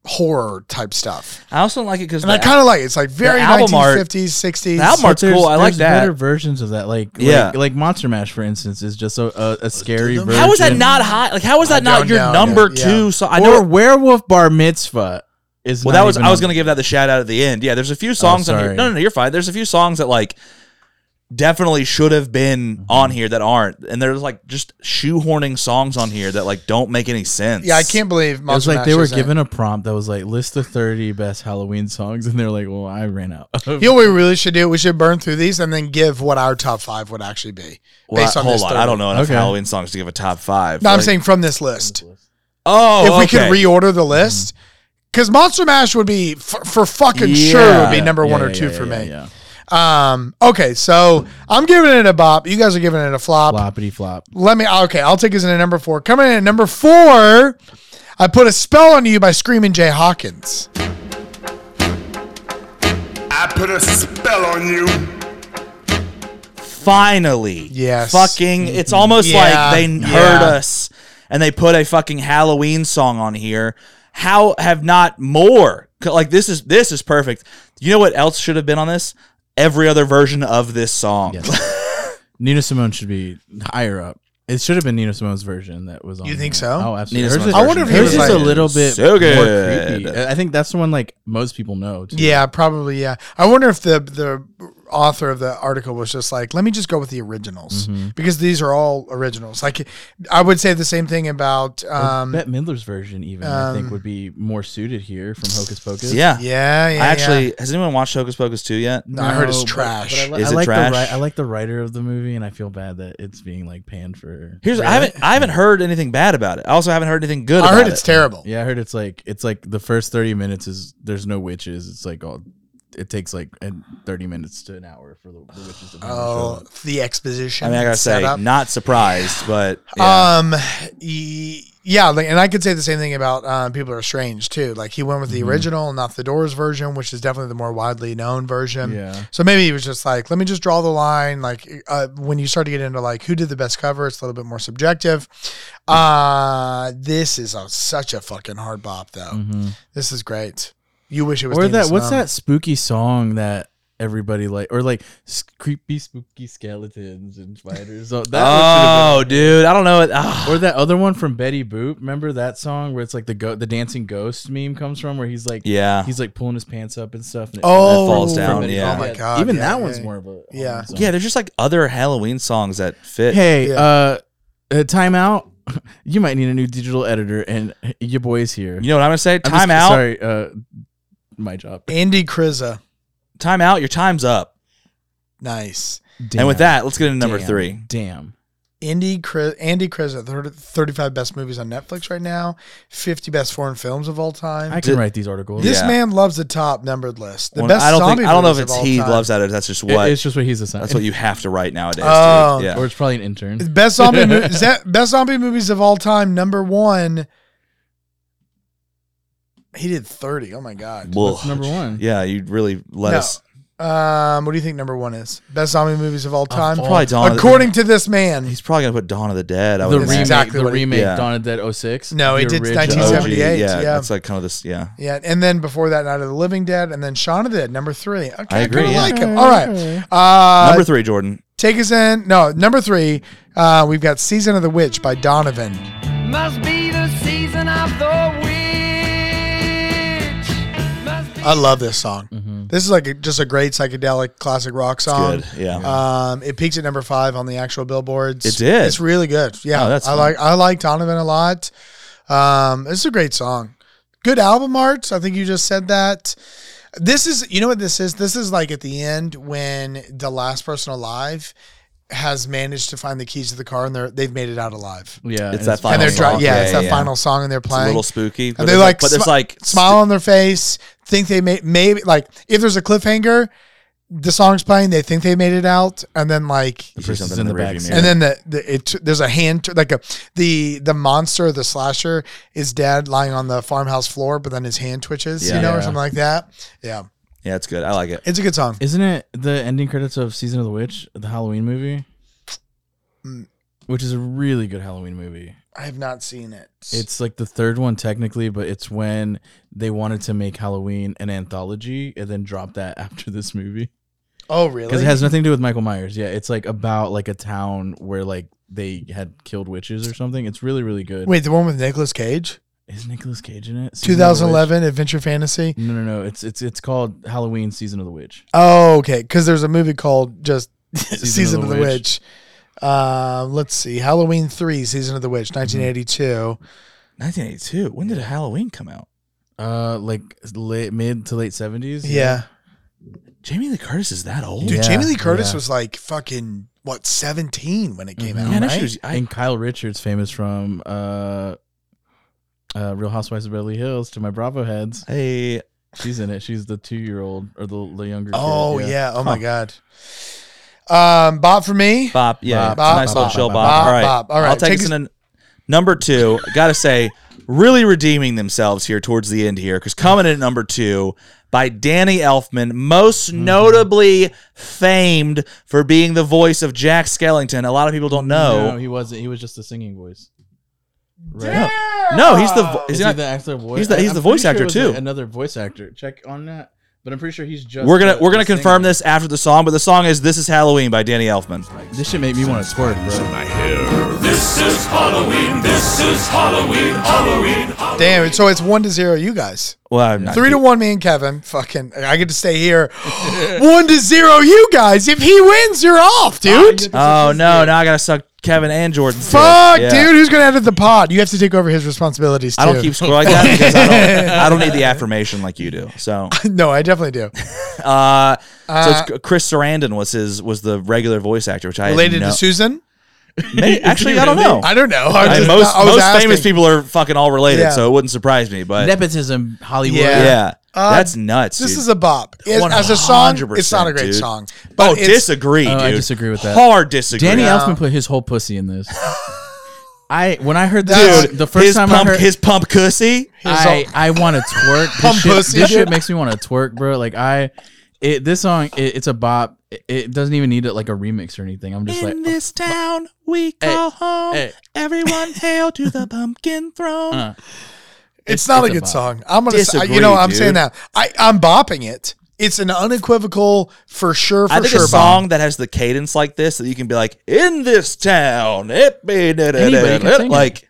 horror type stuff. I also don't like it because And I kind of like it. it's like very album art- 1950s, 60s. the album But art's cool. I like Better that. versions of that, like Yeah. like, like Monster Mash, for instance, is just a, a, a scary version. How is that not high? Like, how is that not don't your know, number yeah. two? So I I know know Werewolf Bar Mitzvah is. Well, not that was even I was on- gonna give that the shout out at the end. Yeah, there's a Oh, few songs on here. sorry. No, no, no, you're fine. There's a few songs that like definitely should have been Mm-hmm. on here that aren't, and there's like just shoehorning songs on here that like don't make any sense. yeah, I can't believe It was Monster like they Mash were isn't. given a prompt that was like list the thirty best Halloween songs, and they're like, "Well, I ran out." of- You know what we really should do? We should burn through these and then give what our top five would actually be Well, based on hold this. on, third. I don't know enough Okay. Halloween songs to give a top five. No, I'm Like- saying from this list. oh, if we okay. Mm-hmm. could reorder the list, because Monster Mash would be for, for fucking sure would be Yeah. number one Yeah, or yeah, two yeah, for yeah, me. yeah. Um, okay, so I'm giving it a bop. You guys are giving it a flop. Floppity flop. Let me. Okay, I'll take this in at number four. Coming in at number four, I put a spell on you by Screaming Jay Hawkins. I put a spell on you. finally, Yes. fucking. It's almost Yeah, like they yeah. heard us and they put a fucking Halloween song on here. How have not more? 'Cause, Like this is this is perfect. You know what else should have been on this? Every other version of this song. Nina Simone should be higher up. It should have been Nina Simone's version that was on. You there. think so? Oh, Nina absolutely. Hers Simone's is- I wonder if hers is he was a like- little bit So more good. creepy. I I think that's the one like most people know. Too. Yeah, probably. Yeah, I wonder if the the author of the article was just like, let me just go with the originals Mm-hmm. because these are all originals. Like, I would say the same thing about. Um, Bette Midler's version, even I think, um, would be more suited here from Hocus Pocus. [LAUGHS] Yeah. yeah, yeah, I actually yeah. has anyone watched Hocus Pocus 2 yet? No, I heard it's but- but trash. I, li- Is I it like trash? the ri- I like the writer of the movie, and I feel bad that it's being like panned for. Here's I haven't I haven't heard anything bad about it. I also haven't heard anything good. I heard about it's it. terrible. Yeah, I heard it's like it's like the first thirty minutes is there's no witches. It's like all it takes like and thirty minutes to an hour for the, the witches to finally show Oh, up. the exposition. I mean, I gotta say, setup. not surprised, but yeah. Um, y- yeah, like, and I could say the same thing about um, People Are Strange too. Like he went with Mm-hmm. the original, not the Doors version, which is definitely the more widely known version. Yeah. So maybe he was just like, let me just draw the line. Like uh, when you start to get into like who did the best cover, it's a little bit more subjective. Uh this is a, such a fucking hard bop though. Mm. This is great. You wish it was Or Nina that what's Simone. that spooky song that everybody like or like s- creepy spooky skeletons and spiders. Oh, that one oh, dude, I don't know it. ah. should've been- Or that other one from Betty Boop. Remember that song where it's like the go- the dancing ghost meme comes from, where he's like Yeah. he's like pulling his pants up and stuff. And it- Oh, falls down, yeah. Oh my god! even yeah, that yeah, one's yeah. more of a Yeah. song. Yeah, there's just like other Halloween songs that fit. hey, Yeah. uh, uh, timeout. [LAUGHS] You might need a new digital editor, and uh, your boy is here. You know what I'm gonna say? I'm just- Time out. Sorry, uh, my job. Andy Krizza. Time out. Your time's up. Nice. Damn. And with that, let's get into number Damn. three. Damn. Indy Chris, Andy Chris at 30, 35 best movies on Netflix right now, 50 best foreign films of all time. I can Did- write these articles. this Yeah. man loves the top numbered list. The One- best I don't think zombie I don't know if movies it's of all he time. loves that or that's just It- what it's just what he's assigned. that's what you have to write nowadays. Oh. dude. Yeah. Or it's probably an intern. Best zombie [LAUGHS] mo- is that- best zombie movies of all time. Number one. He did 30. Oh my god. Well, That's number one. Yeah, you really let No. us Um, what do you think number one is? Best zombie movies of all time. Uh, probably Dawn of the- According to this man. He's probably gonna put Dawn of the Dead. I The would remake, imagine. exactly the what he- remake Yeah. Oh, Dawn of the Dead 06. No, he The did original. The OG, 1978, Yeah, yeah. that's like kind of this. Yeah, Yeah, and then before that, Night of the Living Dead, and then Shaun of the Dead, number three. Okay, I, agree, kind of yeah. like him. All right, uh, number three, Jordan. Take us in. No, number three, uh, we've got Season of the Witch by Donovan. Must be the season of the witch. I love this song. This is like a, just a great psychedelic classic rock song. Mm-hmm. good, yeah. Um, it peaks at number five on the actual billboards. It did. It's really good. Yeah. Oh, that's I fun. like I like Donovan a lot. Um, it's a great song. Good album art. I think you just said that. This is you know what this is. This is like at the end when the last person alive has managed to find the keys to the car and they're they've made it out alive. Yeah, It's that final and they're song. dri- yeah, Yeah, it's that yeah. final song and they're a playing little spooky. But they there's like, but there's smi- like smile on their face, think they may maybe like if there's a cliffhanger, the song's playing, they think they made it out, and then like, There's This is something in in the the rearview backseat. mirror. and then the, the it there's a hand t- like a the the monster the slasher is dead lying on the farmhouse floor, but then his hand twitches, Yeah. you know, or Yeah. something like that. Yeah, yeah, it's good. I like it. it's a good song. Isn't it the ending credits of Season of the Witch, the Halloween movie? Which is a really good Halloween movie. I have not seen it. It's like the third one technically, but it's when they wanted to make Halloween an anthology and then drop that [LAUGHS] after this movie oh really? because it has nothing to do with Michael Myers. Yeah, it's like about like a town where like they had killed witches or something. It's really really good. Wait, the one with Nicolas Cage, Is Nicolas Cage in it? Season of the Witch? 2011 adventure fantasy. No, no, no. It's it's it's called Halloween Season of the Witch. Oh, okay. Because there's a movie called [LAUGHS] just Season, of of the the, Witch. Uh, let's see, Halloween three, Season of the Witch, Mm-hmm. 1982. 1982. When did Halloween come out? Uh, like late mid to late seventies. Yeah, Jamie Lee Curtis is that old? dude, Yeah, Jamie Lee Curtis yeah. was like fucking what 17 when it came Mhm. out. Yeah, I know right? she was. I, and Kyle Richards, famous from uh, uh, Real Housewives of Beverly Hills, to my Bravo heads. hey, She's in it. She's the two-year-old or the, the younger. oh kid. yeah. Oh my god. Um, bot for me. Bop. Yeah, it's Bop, a bop, nice little bop, chill. bop, Bop. bop, All right. bop. All right, I'll take, take us us- in number two. Gotta say, really redeeming themselves here towards the end here because coming in at number two by Danny Elfman, most Mm-hmm. notably famed for being the voice of Jack Skellington. A lot of people don't No, know. he wasn't. He was just a singing voice. Right? No, he's the vo- is Is he he not- the actor voice? he's the- I- he's I'm the voice pretty sure actor, it was too. a- Another voice actor. Check on that. But I'm pretty sure he's just. We're gonna the- we're gonna the confirm singer. this after the song, but the song is "This Is Halloween" by Danny Elfman. This shit made me want to twerk, bro. This is Halloween, this is Halloween, Halloween. Damn it. So it's one to zero, you guys. Well, I'm not Three to one, me and Kevin. Fucking, I get to stay [LAUGHS] here. one to zero, you guys. If he wins, you're off, dude. Oh no! Now I gotta suck Kevin and Jordan. Fuck, dude. Who's gonna edit the pod? You have to take over his responsibilities. Too. I don't keep score like that because I don't, I don't [LAUGHS] need the affirmation like you do. So, No, I definitely do. uh, so it's Chris Sarandon was his was the regular voice actor, which I Related know. to Susan? [LAUGHS] May- actually, I don't know. I don't know. I I was mean, just- most I was most asking. famous people are fucking all related, Yeah. so it wouldn't surprise me. But Nepotism, Hollywood. Yeah. yeah, Uh, that's nuts. This dude. Oh, is a bop. It- as a song, it's 100%, not a great dude. song. oh, it's- disagree, Oh, dude. I disagree with that. Hard disagree. Danny Yeah. Elfman put his whole pussy [LAUGHS] in this. I when I heard that dude, the first Uh, his time pump, I heard his pump cussy. I, I want to twerk. This Pump shit, pussy, this dude. shit makes me want to twerk, bro. Like I, it, this song, it, it's a bop. It, it doesn't even need it like a remix or anything. I'm just like, this town we call home, hey. Everyone hail to the [LAUGHS] pumpkin throne. uh, It's not it's a a good bop. song. I'm gonna, say, Disagree, you know, I'm dude. saying that. I, I'm bopping it. It's an unequivocal, for sure, for I think sure a bop. song that has the cadence like this that you can be like, in this town, it be da- da- Anybody da- can da," sing it. like,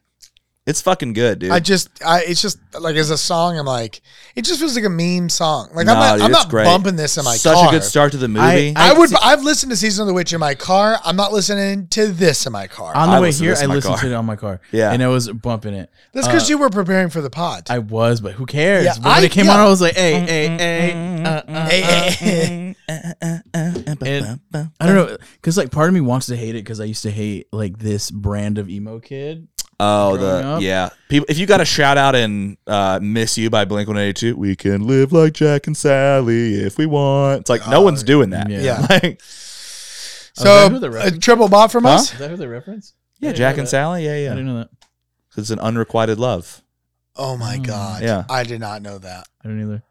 it's fucking good, dude. I just, I, it's just like as a song, I'm like, it just feels like a meme song. Like I'm Nah, not, dude, I'm it's not great. bumping this in my Such car. a good start to the movie. I- I, would, I've listened to Season of the Witch in my car. I'm not listening to this in my car. on the I way listened to here, this I in my listened car. to it on my car. Yeah. and I was bumping it. That's uh, because you were preparing for the pod. I was, but who cares? Yeah, But when I- it came yeah. on, I was like, hey, hey, hey. uh, uh, Hey, hey, hey. and I don't know, because like part of me wants to hate it because I used to hate like this brand of emo kid. oh, Growing the up. yeah. People, if you got a shout out in uh, "Miss You" by Blink One Eighty Two, we can live like Jack and Sally if we want. It's like no one's doing that. yeah. Yeah. [LAUGHS] So Like, oh, that who the a reference- triple bop from us. Is that who they reference? yeah, Jack and Sally. Yeah, I yeah. didn't know that. It's an unrequited love. Oh my god! Mm, Yeah. I did not know that. I don't either.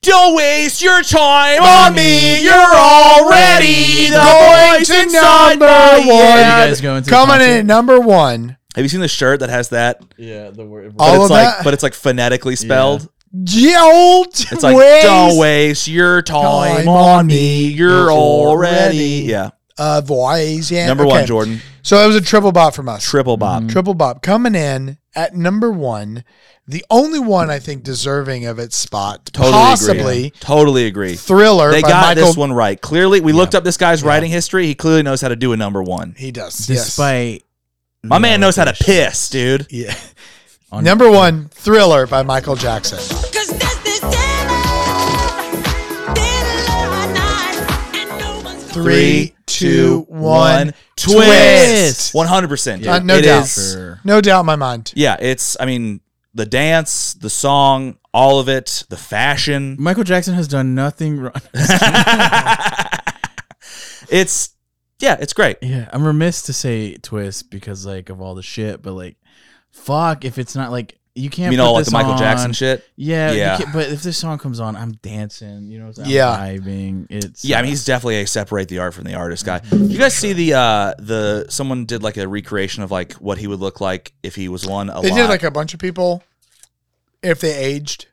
Don't waste your time on me. You're already the voice inside my You head. guys go into the Coming in concert? at number one, Have you seen the shirt that has that? Yeah, the word. But All it's of like, that? but it's like phonetically spelled. [LAUGHS] Jolt. It's like don't waste your time time on on me. You're You're already already- yeah. Uh, voice. Yeah. Number okay. Mm-hmm. one, Jordan. So that was a triple bop from us. Triple bop. triple bop coming in at number one, the only one I think deserving of its spot, Totally possibly agree. Totally agree. Thriller They by got Michael. this one right. Clearly, we looked up this guy's writing history. He clearly knows how to do a number one. He does. Despite Despite My man knows how to piss, dude. [LAUGHS] yes. yeah. Number one, Thriller by Michael Jackson. Cause that's the dealer, dealer of night, and no one's gonna Three, two, one. twist. One hundred percent. Uh, no It doubt. is- No doubt in my mind. Yeah, it's. I mean, the dance, the song, all of it, the fashion. [LAUGHS] Michael Jackson has done nothing wrong. it's yeah, it's great. yeah, I'm remiss to say twist because like of all the shit, but like, fuck if it's not like you You can't. mean put all like this the Michael on. Jackson shit? Yeah, you Yeah. can't- but if this song comes on, I'm dancing. You know, I'm Yeah. vibing. It's Yeah, I mean he's definitely a separate the art from the artist guy. You guys see the uh the someone did like a recreation of like what he would look like if he was one a They lot. did like a bunch of people if they aged.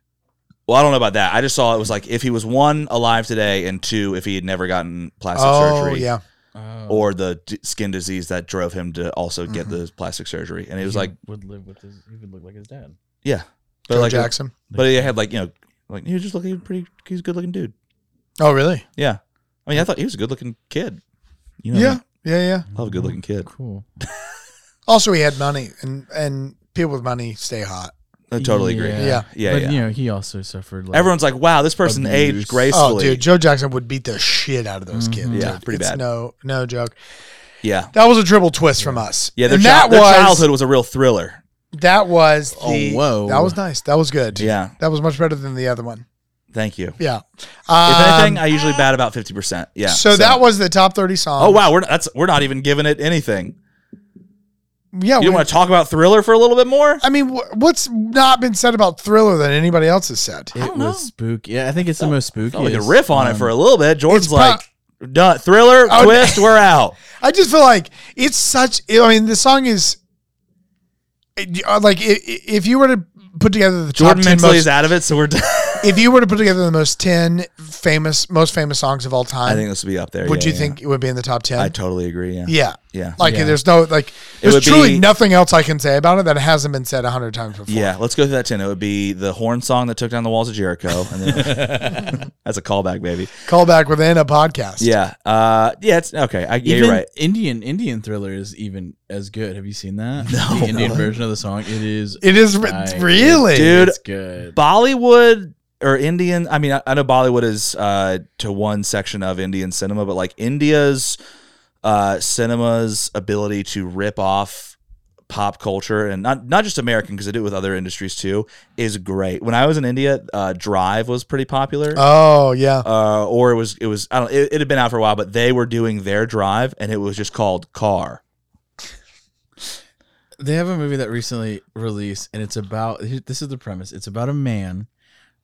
well, I don't know about that. I just saw it was like if he was one alive today and two if he had never gotten plastic oh surgery yeah. Oh. or the d- skin disease that drove him to also get Mm-hmm. the plastic surgery. And it was like would live with his. He would look like his dad. yeah. But Joe like Jackson. but he had like, you know, like he was just looking pretty he's a good looking dude. Oh really? Yeah. I mean, I thought he was a good looking kid. You know, Yeah. Yeah, yeah. I love a good looking kid. Cool. Also he had money and and people with money stay hot. I totally agree. Yeah. Yeah, but yeah. you know, he also suffered. Like, Everyone's like, wow, this person Abuse. aged Oh gracefully. dude, Joe Jackson would beat the shit out of those kids. Mm-hmm. Yeah, dude. pretty it's bad. No no joke. yeah. That was a triple twist from us. Yeah, their, and chi- that their was childhood was a real thriller. that was the whoa. that was nice. That was good. Yeah. That was much better than the other one. Thank you. Yeah. If anything, Um, I usually bat about 50%. Yeah. so, that was the top 30 song. Oh, wow. We're, not- that's, we're not even giving it anything. Yeah. You we- want to talk about thriller for a little bit more? I mean, wh- what's not been said about Thriller that anybody else has said? It was spooky. Yeah, I think it's the most Um, spooky. Like a Oh, riff on it for a little bit. Jordan's It's like, done. Thriller, Oh, twist, [LAUGHS] we're out. I just feel like it's such. I mean, the song is it- uh, like i- i- if you were to put together the top Jordan 10 mentally most, is out of it, so [LAUGHS] we're done. if you were to put together the most 10 famous most famous songs of all time, I think this would be up there. would Yeah, you yeah. think it would be in the top 10? I totally agree. Yeah. yeah. Yeah. Like Yeah. there's no like there's would truly be- nothing else I can say about it that hasn't been said a hundred times before. Yeah, let's go through that ten. It would be the horn song that took down the walls of Jericho, and then, [LAUGHS] [LAUGHS] that's a callback, baby. Call back within a podcast. Yeah, uh, yeah, it's okay. I, yeah, Even you're right. Indian Indian thriller is even as good. Have you [LAUGHS] seen that? No. The Indian version of the song. It is. It is re- [LAUGHS] I- really Dude. It's good. Bollywood or Indian? I mean, I, I know Bollywood is uh, to one section of Indian cinema, but like India's uh, cinema's ability to rip off pop culture and not not just American because they do it with other industries too is great. When I was in India, uh, Drive was pretty popular. Oh yeah. uh, or it was it was I don't it, it had been out for a while, but they were doing their drive and it was just called Car. They have a movie that recently released, and it's about. This is the premise. It's about a man,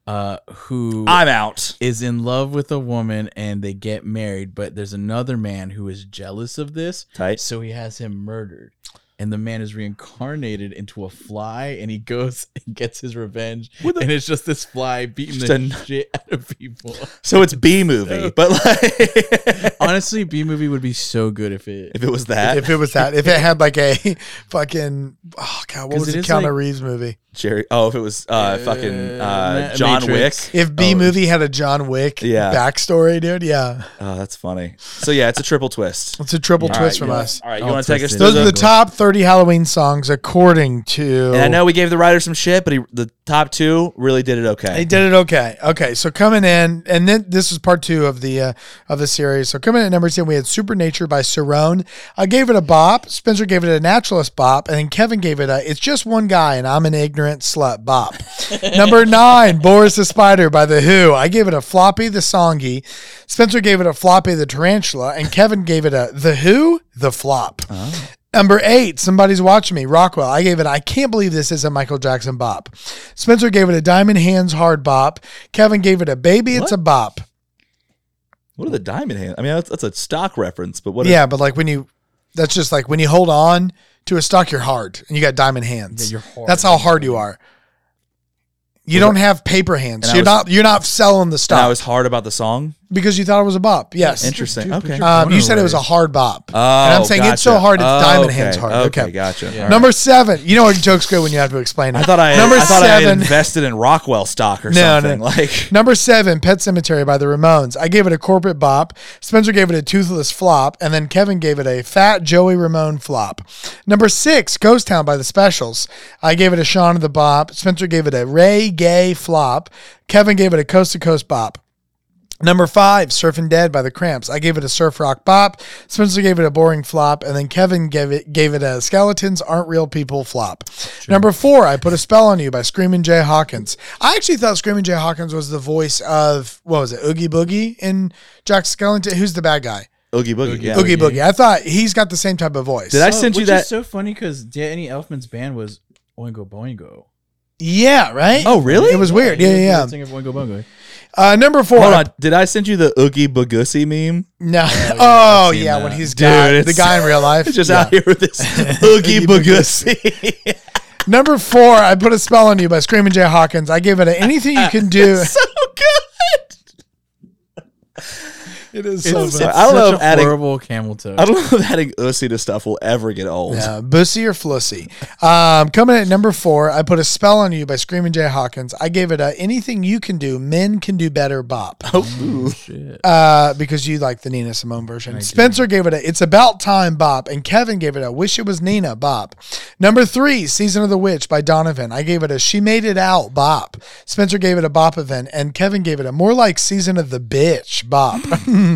uh, who I'm out. is in love with a woman and they get married, but there's another man who is jealous of this, Tight. so he has him murdered. And the man is reincarnated into a fly, and he goes [LAUGHS] and gets his revenge. and it's just this fly beating Just the a- shit out of [LAUGHS] people. So it's B movie, but like [LAUGHS] if Honestly, B movie would be so good if it. it was that if it was that, if it had like a [LAUGHS] fucking oh god, what 'Cause was it the is Keanu like- Reeves movie? Jerry. Oh, if it was uh, fucking uh, Ma- John Matrix. Wick. If B movie had a John Wick Oh, Yeah. backstory, dude, yeah, Oh, that's funny. So yeah, it's a [LAUGHS] triple twist. it's a triple All twist right, from yeah. us. All right, you I'll want to take us twist it. through Those are the the. top thirty Halloween songs according to. And I know we gave the writer some shit, but he, the top two really did it okay. They did it okay. Okay, so coming in, and then this is part two of the uh, of the series. So coming in at number ten, we had Supernature by Cerrone. I gave it a bop. Spencer gave it a naturalist bop, and then Kevin gave it a "It's just one guy and I'm an ignorant slut" bop. number nine, Boris the Spider by the Who. I gave it a floppy the songy. Spencer gave it a floppy the tarantula, and Kevin gave it a the Who the flop. Number eight, somebody's watching me. Rockwell. I gave it. I can't believe this isn't Michael Jackson bop. Spencer gave it a diamond hands hard bop. Kevin gave it a baby. It's a bop. What are the diamond hands? I mean, that's, that's a stock reference, but what? yeah, but like when you, that's just like when you hold on to a stock, you're hard and you got diamond hands. you're hard. That's how hard you are. You don't have paper hands. And I You're was- not. You're not selling the and I stock. was hard about the song. because you thought it was a bop. Yes. Interesting. okay. Um, you said it was a hard bop. Oh, and I'm saying it's so gotcha. hard, it's Oh, Diamond okay. Hands hard. Okay, Okay. gotcha. All right. Number seven. You know what joke's good when you have to explain it. I thought I, Number I thought I had seven. invested in Rockwell stock or No, something. no. [LAUGHS] Like Number seven, Pet Cemetery by the Ramones. I gave it a corporate bop. Spencer gave it a toothless flop. And then Kevin gave it a fat Joey Ramone flop. Number six, Ghost Town by the Specials. I gave it a Shaun of the Bop. Spencer gave it a Ray Gay flop. Kevin gave it a Coast to Coast bop. Number five, Surf and Dead by the Cramps. I gave it a surf rock bop. Spencer gave it a boring flop, and then Kevin gave it gave it a skeletons aren't real people flop. Number four, I put a spell on you by Screaming Jay Hawkins. I actually thought Screaming Jay Hawkins was the voice of what was it, Oogie Boogie in Jack Skellington? Who's the bad guy? Oogie Boogie. Oh, Yeah. Oogie Boogie. I thought he's got the same type of voice. Did I send Oh, which you is that? so funny because Danny Elfman's band was Oingo Boingo. Yeah, right. oh, really? it was weird. Yeah, He was the yeah. lead yeah. singer of Oingo Boingo. Uh, number four. Hold on. Did I send you the Oogie Boogussy meme? [LAUGHS] No. Oh seen yeah, that. when he's Dude, got the it's- guy in real life. It's just Yeah. [LAUGHS] out here with this Oogie Boogussy. Number four, I put a spell on you by Screaming Jay Hawkins. I gave it a anything you can do. so good. it is so bad. I don't know if a adding- horrible camel toe. I don't know if adding Ussy to stuff will ever get old. [LAUGHS] Yeah, bussy or flussy. Um, coming at number four, I put a spell on you by Screaming Jay Hawkins. I gave it a anything you can do, men can do better bop. Oh. Shit. Uh, because you like the Nina Simone version. Spencer gave it a It's About Time bop, and Kevin gave it a Wish It Was Nina bop. Number three, Season of the Witch by Donovan. I gave it a She Made It Out bop. Spencer gave it a bop event, and Kevin gave it a More Like Season of the Bitch bop. [LAUGHS]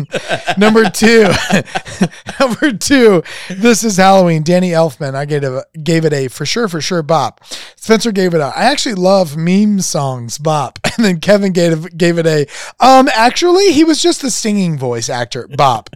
Number two, [LAUGHS] number two, this is Halloween. Danny Elfman, I gave it, a, gave it a for sure, for sure bop. Spencer gave it a I actually love meme songs bop, [LAUGHS] and then Kevin gave gave it a um actually he was just the singing voice actor bop.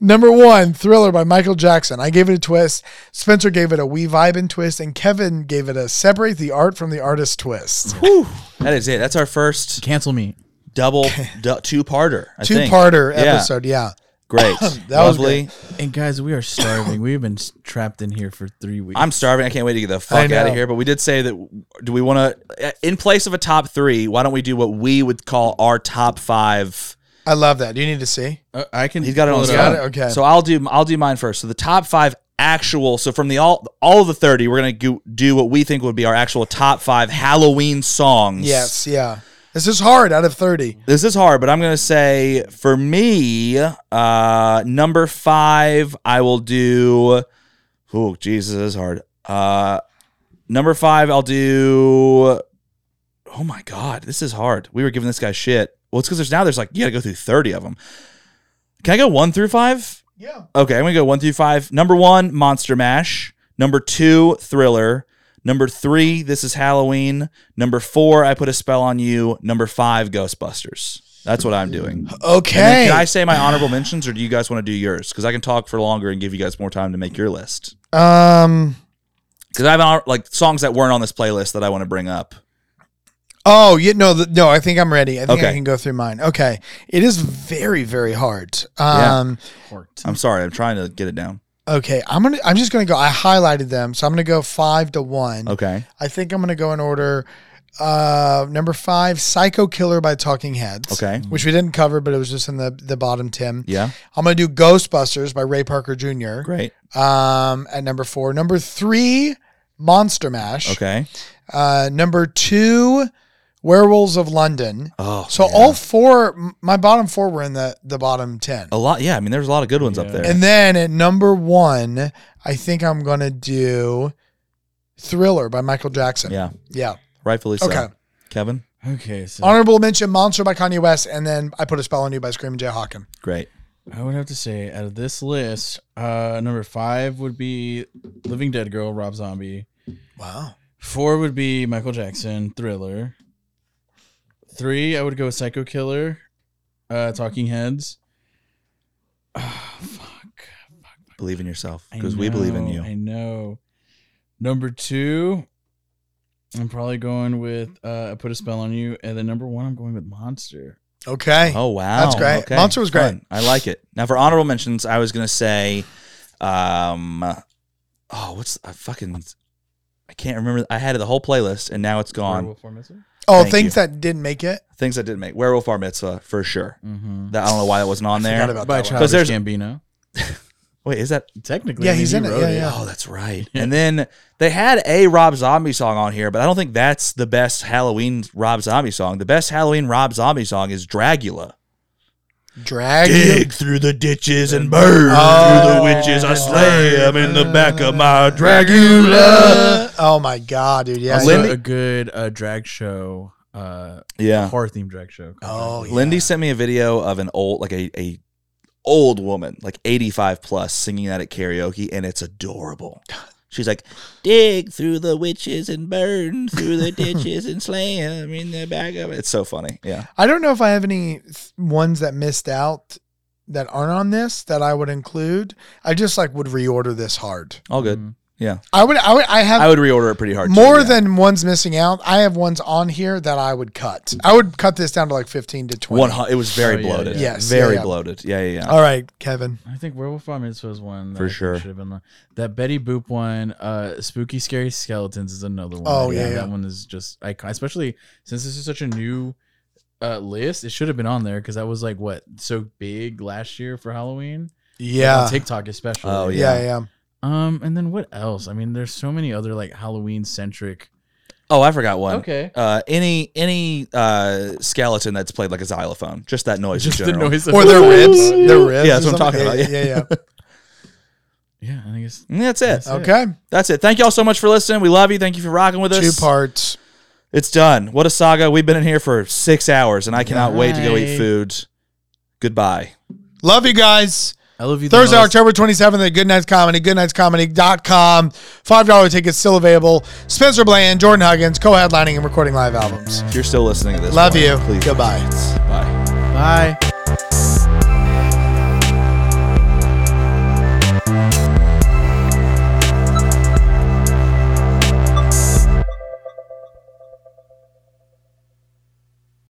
Number one, Thriller by Michael Jackson. I gave it a twist. Spencer gave it a We Vibe and twist, and Kevin gave it a Separate the Art from the Artist twist. [LAUGHS] That is it. That's our first Cancel me. [LAUGHS] double du- two-parter. I Two think. parter Yeah. episode, yeah. [LAUGHS] Great. That was Lovely. And guys, we are starving. We've been s- trapped in here for three weeks. I'm starving. I can't wait to get the I fuck out of know. here. But we did say that. Do we want to, in place of a top three, why don't we do what we would call our top five? I love that. Do you need to see? Uh, I can. He's got it pull on. his up. got phone. it? Okay. So I'll do. I'll do mine first. So the top five actual. So from the all all of the thirty, we're gonna go, do what we think would be our actual top five Halloween songs. Yes, yeah. This is hard out of 30. This is hard, but I'm gonna say for me, uh, number five, I will do. Oh Jesus, this is hard. Uh, number five, I'll do. Oh my God, this is hard. We were giving this guy shit. Well, it's because there's now there's like you got to go through thirty of them. Can I go one through five? Yeah. Okay, I'm gonna go one through five. Number one, Monster Mash. Number two, Thriller. Number three, This Is Halloween. Number four, I Put a Spell on You. Number five, Ghostbusters. That's what I'm doing. And then Okay. Can I say my honorable mentions, or do you guys want to do yours? Because I can talk for longer and give you guys more time to make your list. um. Because I have honor- like songs that weren't on this playlist that I want to bring up. Oh, yeah. No, th- no. I think I'm ready. I think Okay. I can go through mine. Okay. It is very, very hard. Yeah. Um. I'm sorry, I'm trying to get it down. Okay. I'm gonna. I'm just gonna go. I highlighted them, so I'm gonna go five to one. Okay. I think I'm gonna go in order. Uh, number five, Psycho Killer by Talking Heads. Okay. Which we didn't cover, but it was just in the the bottom ten. Yeah. I'm gonna do Ghostbusters by Ray Parker Jr. Great. Um, at number four. Number three, Monster Mash. Okay. Uh, number two, Werewolves of London. Oh, So all four, m- my bottom four were in the the bottom ten. a lot. Yeah. I mean, there's a lot of good ones up Yeah. there. And then at number one, I think I'm gonna do Thriller by Michael Jackson. yeah. Yeah. Rightfully so. Okay. Kevin. Okay, so Honorable mention: Monster by Kanye West, and then I put a spell on you by Screaming Jay Hawkins. Great. I would have to say out of this list, uh, number five would be Living Dead Girl, Rob Zombie. Wow. Four would be Michael Jackson, Thriller. Three, I would go with Psycho Killer, uh, Talking Heads. [SIGHS] Ah, fuck. Believe in yourself I because we believe in know, you. I know. Number two, I'm probably going with uh, I Put a Spell on You. And then number one, I'm going with Monster. Okay. Oh wow, That's great. Monster was great. Fun. I like it. Now for honorable mentions, I was gonna say, um, oh, what's I uh, fucking I can't remember. I had the whole playlist, and now it's gone. Werewolf or Misery? Oh, Thank things you. that didn't make it. Things I didn't make. Werewolf Bar Mitzvah for sure. Mm-hmm. That I don't know why that wasn't on Forgot there. about By that. one. Childish there's- Gambino. Wait, is that? Technically, Yeah, I mean, he's he in it. wrote Yeah, yeah. Oh, that's right. and then they had a Rob Zombie song on here, but I don't think that's the best Halloween Rob Zombie song. The best Halloween Rob Zombie song is Dragula. Drag. [LAUGHS] Dig through the ditches and burn Oh. through the witches. I slay 'em in the back of my Dragula. Dragula. Oh my god, dude. Yeah. Also, Lindy- a good uh, drag show, uh, Yeah. horror themed drag show. oh, yeah. Lindy sent me a video of an old, like a, a old woman, like 85 plus, singing that at karaoke, and it's adorable. She's like, dig through the witches and burn through the ditches and slay 'em in the back of it. It's so funny. Yeah. I don't know if I have any th- ones that missed out that aren't on this that I would include. I just like would reorder this hard. All Mm. good. Yeah. I would. I would. I have. I would reorder it pretty hard. too, more yeah. than ones missing out. I have ones on here that I would cut. I would cut this down to like 15 to 20. one. hu- It was very Oh, yeah, bloated. yeah. Yes, Very yeah, Uh, yeah. bloated. Yeah. Yeah. yeah. All right, Kevin. I think Werewolf Bar Mitzvah is one that For I think sure. should have been on. That Betty Boop one, uh, Spooky Scary Skeletons is another one. Oh, I yeah, think yeah. that one is just icon. Especially since this is such a new uh, list, it should have been on there because that was like what so big last year for Halloween. Yeah. on TikTok especially. Oh, Yeah, yeah. Um, and then what else? I mean, there's so many other like Halloween centric. Oh, I forgot one. Okay. Uh, any any uh, skeleton that's played like a xylophone, just that noise. Just in general. the noise of Or their ribs. Their ribs. Yeah, that's or what I'm something. talking about, Yeah, yeah. yeah. Yeah, I think it's And Mm, that's it. [LAUGHS] That's it. okay. That's it. Thank y'all so much for listening. We love you. Thank you for rocking with us. Two parts. It's done. What a saga. We've been in here for six hours, and I cannot wait to go eat Bye. food. Goodbye. Love you guys. I love you. the Thursday, most. October 27th at Good Nights Comedy, goodnightscomedy.com. $5 tickets still available. Spencer Bland, Jordan Huggins, co headlining and recording live albums. If you're still listening to this, Love one, you. Please. Goodbye. Bye. Bye.